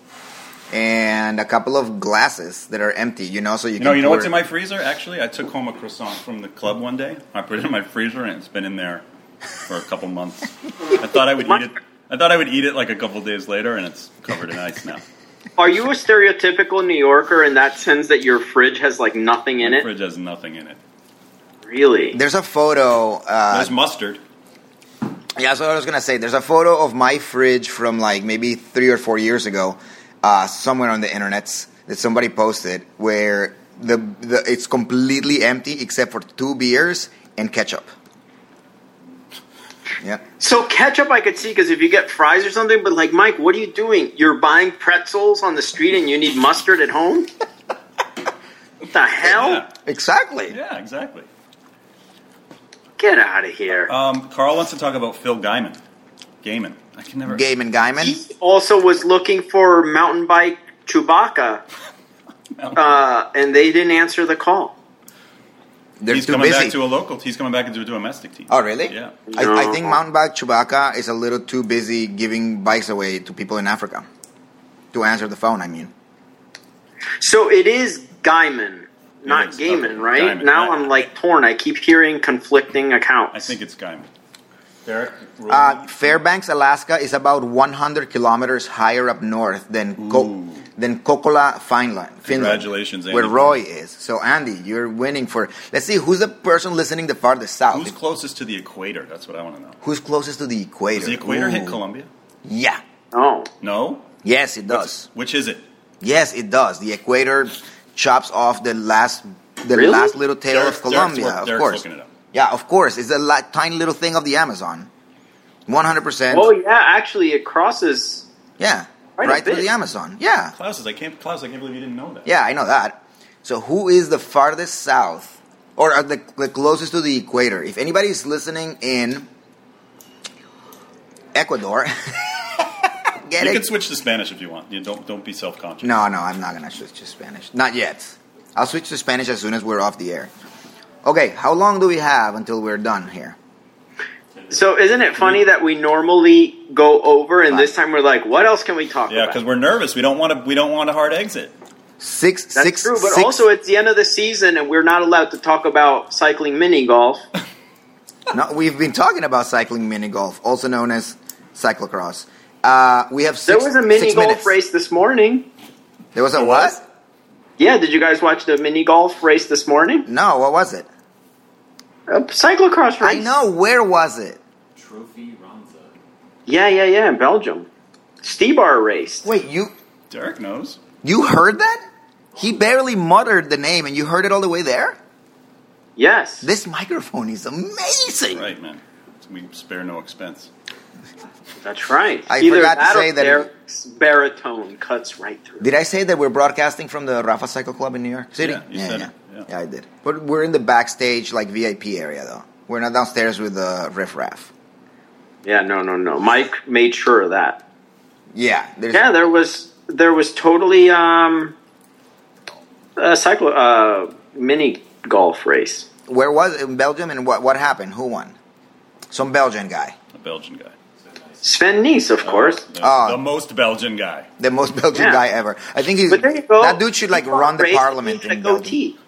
[SPEAKER 1] and a couple of glasses that are empty. You know, so you,
[SPEAKER 4] You
[SPEAKER 1] can.
[SPEAKER 4] know, you know
[SPEAKER 1] pour-
[SPEAKER 4] what's in my freezer? Actually, I took home a croissant from the club one day. I put it in my freezer, and it's been in there for a couple months. I thought I would eat it. I thought I would eat it like a couple days later, and it's covered in ice now.
[SPEAKER 3] Are you a stereotypical New Yorker in that sense that your fridge has like nothing in
[SPEAKER 4] The
[SPEAKER 3] it?
[SPEAKER 4] fridge has nothing in it.
[SPEAKER 3] Really?
[SPEAKER 1] There's a photo. Uh,
[SPEAKER 4] There's mustard.
[SPEAKER 1] Yeah, that's what I was gonna say. There's a photo of my fridge from like maybe three or four years ago, uh, somewhere on the internets that somebody posted where the, the it's completely empty except for two beers and ketchup. Yeah,
[SPEAKER 3] So ketchup I could see because if you get fries or something, but like Mike, what are you doing? You're buying pretzels on the street and you need mustard at home? what the
[SPEAKER 1] Oh.
[SPEAKER 3] hell?
[SPEAKER 4] Yeah,
[SPEAKER 1] exactly.
[SPEAKER 4] yeah, exactly.
[SPEAKER 3] Get out of here.
[SPEAKER 4] Um, Carl wants to talk about Phil Guyman. Gaiman. I can never.
[SPEAKER 1] Game and Guyman.
[SPEAKER 3] he also was looking for mountain bike
[SPEAKER 4] (laughs)
[SPEAKER 3] Chewbacca, uh, and they didn't answer the call.
[SPEAKER 1] They're
[SPEAKER 4] he's
[SPEAKER 1] too
[SPEAKER 4] coming
[SPEAKER 1] busy.
[SPEAKER 4] back to a local. He's coming back into a domestic team.
[SPEAKER 1] oh, really?
[SPEAKER 4] Yeah.
[SPEAKER 1] I, I think mountain bike Chewbacca is a little too busy giving bikes away to people in Africa to answer the phone. I mean,
[SPEAKER 3] So it is Guyman, not
[SPEAKER 4] is,
[SPEAKER 3] Gaiman,
[SPEAKER 4] okay,
[SPEAKER 3] right?
[SPEAKER 4] Guyman,
[SPEAKER 3] now
[SPEAKER 4] right.
[SPEAKER 3] I'm like torn. I keep hearing conflicting accounts.
[SPEAKER 4] I think it's Guyman. Derek.
[SPEAKER 1] Uh, Fairbanks, Alaska is about 100 kilometers higher up north than Co-
[SPEAKER 4] Ooh.
[SPEAKER 1] than Kokkola, Finland. Finland
[SPEAKER 4] Congratulations, Andy.
[SPEAKER 1] Where Roy is. So, Andy, you're winning for. Let's see, who's the person listening the farthest south?
[SPEAKER 4] Who's closest to the equator? That's what I want to know.
[SPEAKER 1] Who's closest to the equator?
[SPEAKER 4] Does the equator hit
[SPEAKER 1] Ooh.
[SPEAKER 4] Colombia?
[SPEAKER 1] Yeah.
[SPEAKER 3] oh,
[SPEAKER 4] No.
[SPEAKER 1] Yes, it does.
[SPEAKER 4] Which is it?
[SPEAKER 1] Yes, it does. The equator chops off the last the
[SPEAKER 3] Really?
[SPEAKER 1] last little tail
[SPEAKER 4] Derek's-
[SPEAKER 1] of
[SPEAKER 4] Derek's
[SPEAKER 1] Colombia,
[SPEAKER 4] work-
[SPEAKER 1] of
[SPEAKER 4] Derek's
[SPEAKER 1] course.
[SPEAKER 4] looking it up.
[SPEAKER 1] Yeah, of course. It's a la- tiny little thing of the Amazon. 100%.
[SPEAKER 3] oh yeah. Actually, it crosses.
[SPEAKER 1] yeah.
[SPEAKER 3] Quite a
[SPEAKER 1] Right through
[SPEAKER 3] bit.
[SPEAKER 1] the Amazon. Yeah.
[SPEAKER 4] Klaus is. I can't. Klaus, I can't believe you didn't know that.
[SPEAKER 1] Yeah, I know that. So who is the farthest south, or are the, the closest to the equator? If anybody's listening in Ecuador, (laughs) get
[SPEAKER 4] You
[SPEAKER 1] it?
[SPEAKER 4] can switch to Spanish if you want. You don't. Don't be self-conscious.
[SPEAKER 1] no, no, I'm not gonna switch to Spanish. Not yet. I'll switch to Spanish as soon as we're off the air. Okay, how long do we have until we're done here?
[SPEAKER 3] So isn't it funny that we normally go over, and this time we're like, what else can we talk
[SPEAKER 4] Yeah,
[SPEAKER 3] about?
[SPEAKER 4] because we're nervous. We don't want to. We don't want a hard exit.
[SPEAKER 1] Six,
[SPEAKER 3] That's
[SPEAKER 1] six-
[SPEAKER 3] true, but
[SPEAKER 1] six-
[SPEAKER 3] also it's the end of the season, and we're not allowed to talk about cycling mini
[SPEAKER 4] (laughs)
[SPEAKER 3] golf.
[SPEAKER 1] no, we've been talking about cycling mini golf, also known as cyclocross. Uh, we have
[SPEAKER 3] There
[SPEAKER 1] six.
[SPEAKER 3] was a mini
[SPEAKER 1] six
[SPEAKER 3] golf
[SPEAKER 1] minutes.
[SPEAKER 3] race this morning.
[SPEAKER 1] There was a
[SPEAKER 4] There
[SPEAKER 1] what?
[SPEAKER 4] was?
[SPEAKER 3] Yeah, did you guys watch the mini golf race this morning?
[SPEAKER 1] No, what was it?
[SPEAKER 3] A cyclocross
[SPEAKER 1] I
[SPEAKER 3] race.
[SPEAKER 1] know. Where was it?
[SPEAKER 5] Trophy Ronza.
[SPEAKER 3] Yeah, yeah, yeah. In Belgium, Stebar raced.
[SPEAKER 1] Wait, you
[SPEAKER 4] Derek knows.
[SPEAKER 1] you heard that? He barely muttered the name, and you heard it all the way there.
[SPEAKER 3] Yes.
[SPEAKER 1] This microphone is amazing.
[SPEAKER 4] Right, man. We spare no expense.
[SPEAKER 3] That's right.
[SPEAKER 1] I
[SPEAKER 3] Either
[SPEAKER 1] forgot to
[SPEAKER 3] that
[SPEAKER 1] say
[SPEAKER 3] or
[SPEAKER 1] that-
[SPEAKER 3] Derek's baritone cuts right through.
[SPEAKER 1] Did I say that we're broadcasting from the Rafa Cycle Club in New York City?
[SPEAKER 4] Yeah, you said it,
[SPEAKER 1] yeah.
[SPEAKER 4] yeah.
[SPEAKER 1] Yeah, I did. But we're in the backstage, like VIP area, though. We're not downstairs with the riffraff.
[SPEAKER 3] yeah, no, no, no. Mike made sure of that.
[SPEAKER 1] Yeah, there's,
[SPEAKER 3] Yeah, there was there was totally um, a cyclo uh, mini golf race.
[SPEAKER 1] Where was in Belgium, and what what happened? Who won? Some Belgian guy,
[SPEAKER 4] A Belgian guy.
[SPEAKER 3] Sven Nice, of course.
[SPEAKER 4] The,
[SPEAKER 1] Ah.
[SPEAKER 4] the most Belgian guy.
[SPEAKER 1] the most (laughs) Belgian
[SPEAKER 3] Yeah.
[SPEAKER 1] guy ever. I think he's
[SPEAKER 3] But there you go.
[SPEAKER 1] that dude should like
[SPEAKER 3] Golf
[SPEAKER 1] run the
[SPEAKER 3] race,
[SPEAKER 1] parliament
[SPEAKER 3] he's a
[SPEAKER 1] in Belgium.
[SPEAKER 3] goatee.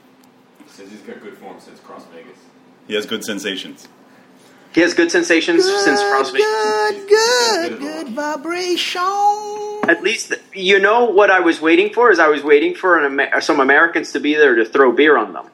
[SPEAKER 5] Says he's got good form since Cross Vegas.
[SPEAKER 4] He has good sensations.
[SPEAKER 3] He has good sensations since Crosby.
[SPEAKER 1] good, good, good vibration.
[SPEAKER 3] At least you know what I was waiting for is I was waiting for an Amer- some Americans to be there to throw beer on them.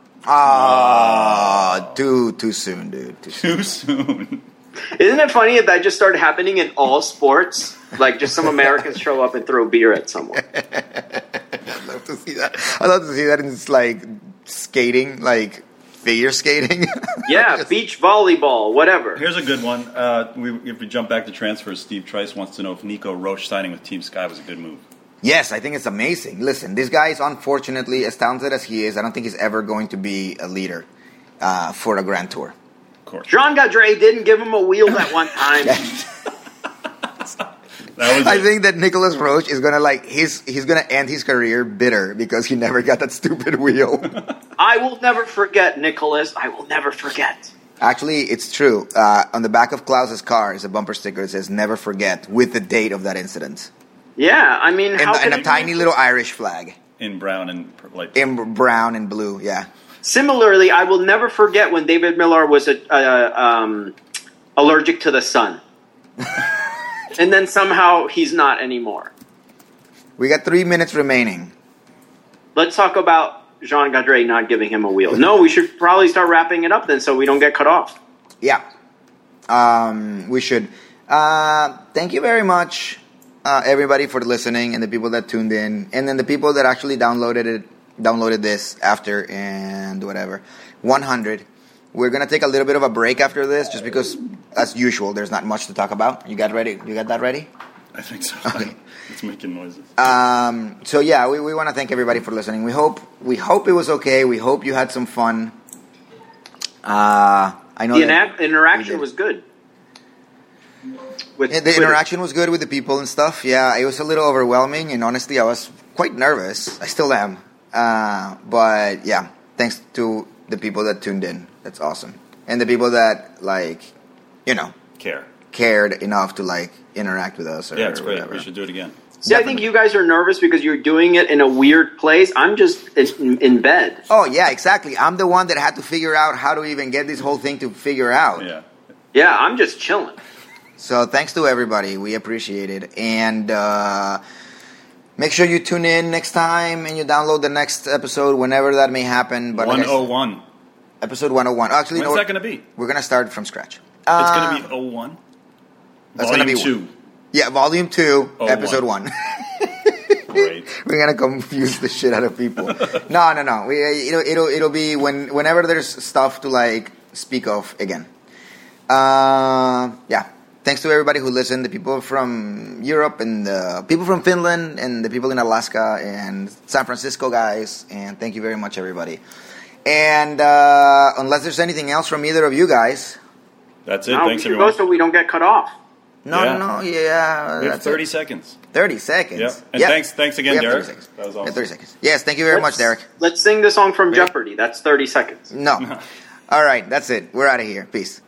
[SPEAKER 1] Ah, too too soon, dude. Too soon.
[SPEAKER 4] Too soon. (laughs)
[SPEAKER 3] Isn't it funny if that just started happening in all sports? Like just some Americans show up and throw beer at someone.
[SPEAKER 1] I'd love to see that. I'd love to see that in like skating, like figure skating. (laughs)
[SPEAKER 3] Yeah, beach volleyball, whatever.
[SPEAKER 4] Here's a good one. Uh, we, if we jump back to transfers, Steve Trice wants to know if Nico Roche signing with Team Sky was a good move.
[SPEAKER 1] Yes, I think it's amazing. Listen, this guy is unfortunately as talented as he is. I don't think he's ever going to be a leader uh, for a Grand Tour.
[SPEAKER 4] Of course.
[SPEAKER 3] John Gaudre didn't give him a wheel that one time.
[SPEAKER 4] That was
[SPEAKER 1] I
[SPEAKER 4] it.
[SPEAKER 1] think that Nicholas Roach is gonna like he's he's gonna end his career bitter because he never got that stupid wheel.
[SPEAKER 3] I will never forget, Nicholas. I will never forget.
[SPEAKER 1] Actually, it's true. Uh, on the back of Klaus's car is a bumper sticker that says "Never forget" with the date of that incident
[SPEAKER 3] Yeah, I mean,
[SPEAKER 1] and,
[SPEAKER 3] how can
[SPEAKER 1] and a
[SPEAKER 3] it be-
[SPEAKER 1] tiny little Irish flag
[SPEAKER 4] in brown and pur- light.
[SPEAKER 1] in brown and blue. Yeah.
[SPEAKER 3] Similarly, I will never forget when David Millar was a, a, um, allergic to the sun. and then somehow he's not anymore.
[SPEAKER 1] We got three minutes remaining.
[SPEAKER 3] Let's talk about Jean Gaudre not giving him a wheel. No, we should probably start wrapping it up then so we don't get cut off.
[SPEAKER 1] Yeah. Um, we should. Uh, thank you very much, uh, everybody, for listening and the people that tuned in, and then the people that actually downloaded it, downloaded this after and whatever. 100. We're gonna take a little bit of a break after this, just because, as usual, there's not much to talk about. You got ready? You got that ready?
[SPEAKER 4] I think so. (laughs) it's making noises.
[SPEAKER 1] Um, so yeah, we, we want to thank everybody for listening. We hope we hope it was okay. We hope you had some fun. Uh, I know
[SPEAKER 3] The
[SPEAKER 1] that-
[SPEAKER 3] ina-
[SPEAKER 1] we
[SPEAKER 3] interaction
[SPEAKER 1] did.
[SPEAKER 3] was good. With,
[SPEAKER 1] Yeah, the
[SPEAKER 3] with-
[SPEAKER 1] interaction was good with the people and stuff. Yeah, it was a little overwhelming, and honestly, I was quite nervous. I still am. Uh, but yeah, thanks to the people that tuned in. That's awesome, and the people that like, you know,
[SPEAKER 4] Care.
[SPEAKER 1] cared enough to like interact with us or
[SPEAKER 4] Yeah, it's great.
[SPEAKER 1] whatever.
[SPEAKER 4] We should do it again.
[SPEAKER 3] See, I think you guys are nervous because you're doing it in a weird place. I'm just in, in bed.
[SPEAKER 1] Oh yeah, exactly. I'm the one that had to figure out how to even get this whole thing to figure out.
[SPEAKER 4] Yeah.
[SPEAKER 3] Yeah, I'm just chilling.
[SPEAKER 1] So thanks to everybody. We appreciate it. And uh, make sure you tune in next time and you download the next episode whenever that may happen. But like I said-
[SPEAKER 4] 101.
[SPEAKER 1] episode 101. Actually,
[SPEAKER 4] When's
[SPEAKER 1] no,
[SPEAKER 4] that going to be? It's
[SPEAKER 1] we're going to start from scratch.
[SPEAKER 4] going to be 01.
[SPEAKER 1] Uh, that's gonna
[SPEAKER 4] Volume
[SPEAKER 1] be
[SPEAKER 4] 2.
[SPEAKER 1] Yeah, volume 2,
[SPEAKER 4] Oh,
[SPEAKER 1] episode (laughs) 1.
[SPEAKER 4] Great.
[SPEAKER 1] we're going to confuse the shit out of people. no, no, no. We, uh, it'll, it'll, it'll be when whenever there's stuff to like speak of again. Uh, yeah. Thanks to everybody who listened, the people from Europe and the people from Finland and the people in Alaska and San Francisco guys. And thank you very much, everybody. And uh, unless there's anything else from either of you guys,
[SPEAKER 4] That's it.
[SPEAKER 3] Now we
[SPEAKER 4] Thanks,
[SPEAKER 3] should go
[SPEAKER 4] everyone.
[SPEAKER 3] so we don't get cut off.
[SPEAKER 1] no,
[SPEAKER 4] Yeah.
[SPEAKER 1] no, no, yeah,
[SPEAKER 4] We have
[SPEAKER 1] that's it.
[SPEAKER 4] 30 seconds.
[SPEAKER 1] 30 seconds.
[SPEAKER 4] Yep. And thanks, thanks
[SPEAKER 1] We
[SPEAKER 4] again,
[SPEAKER 1] have
[SPEAKER 4] Derek.
[SPEAKER 1] 30 seconds.
[SPEAKER 4] That was
[SPEAKER 1] We have
[SPEAKER 4] awesome.
[SPEAKER 1] 30 seconds. Yes, thank you very much,
[SPEAKER 3] Let's-
[SPEAKER 1] Derek.
[SPEAKER 3] Let's sing the song from
[SPEAKER 1] Ready?
[SPEAKER 3] Jeopardy. That's 30 seconds.
[SPEAKER 1] No. All right, that's it. We're out of here. Peace.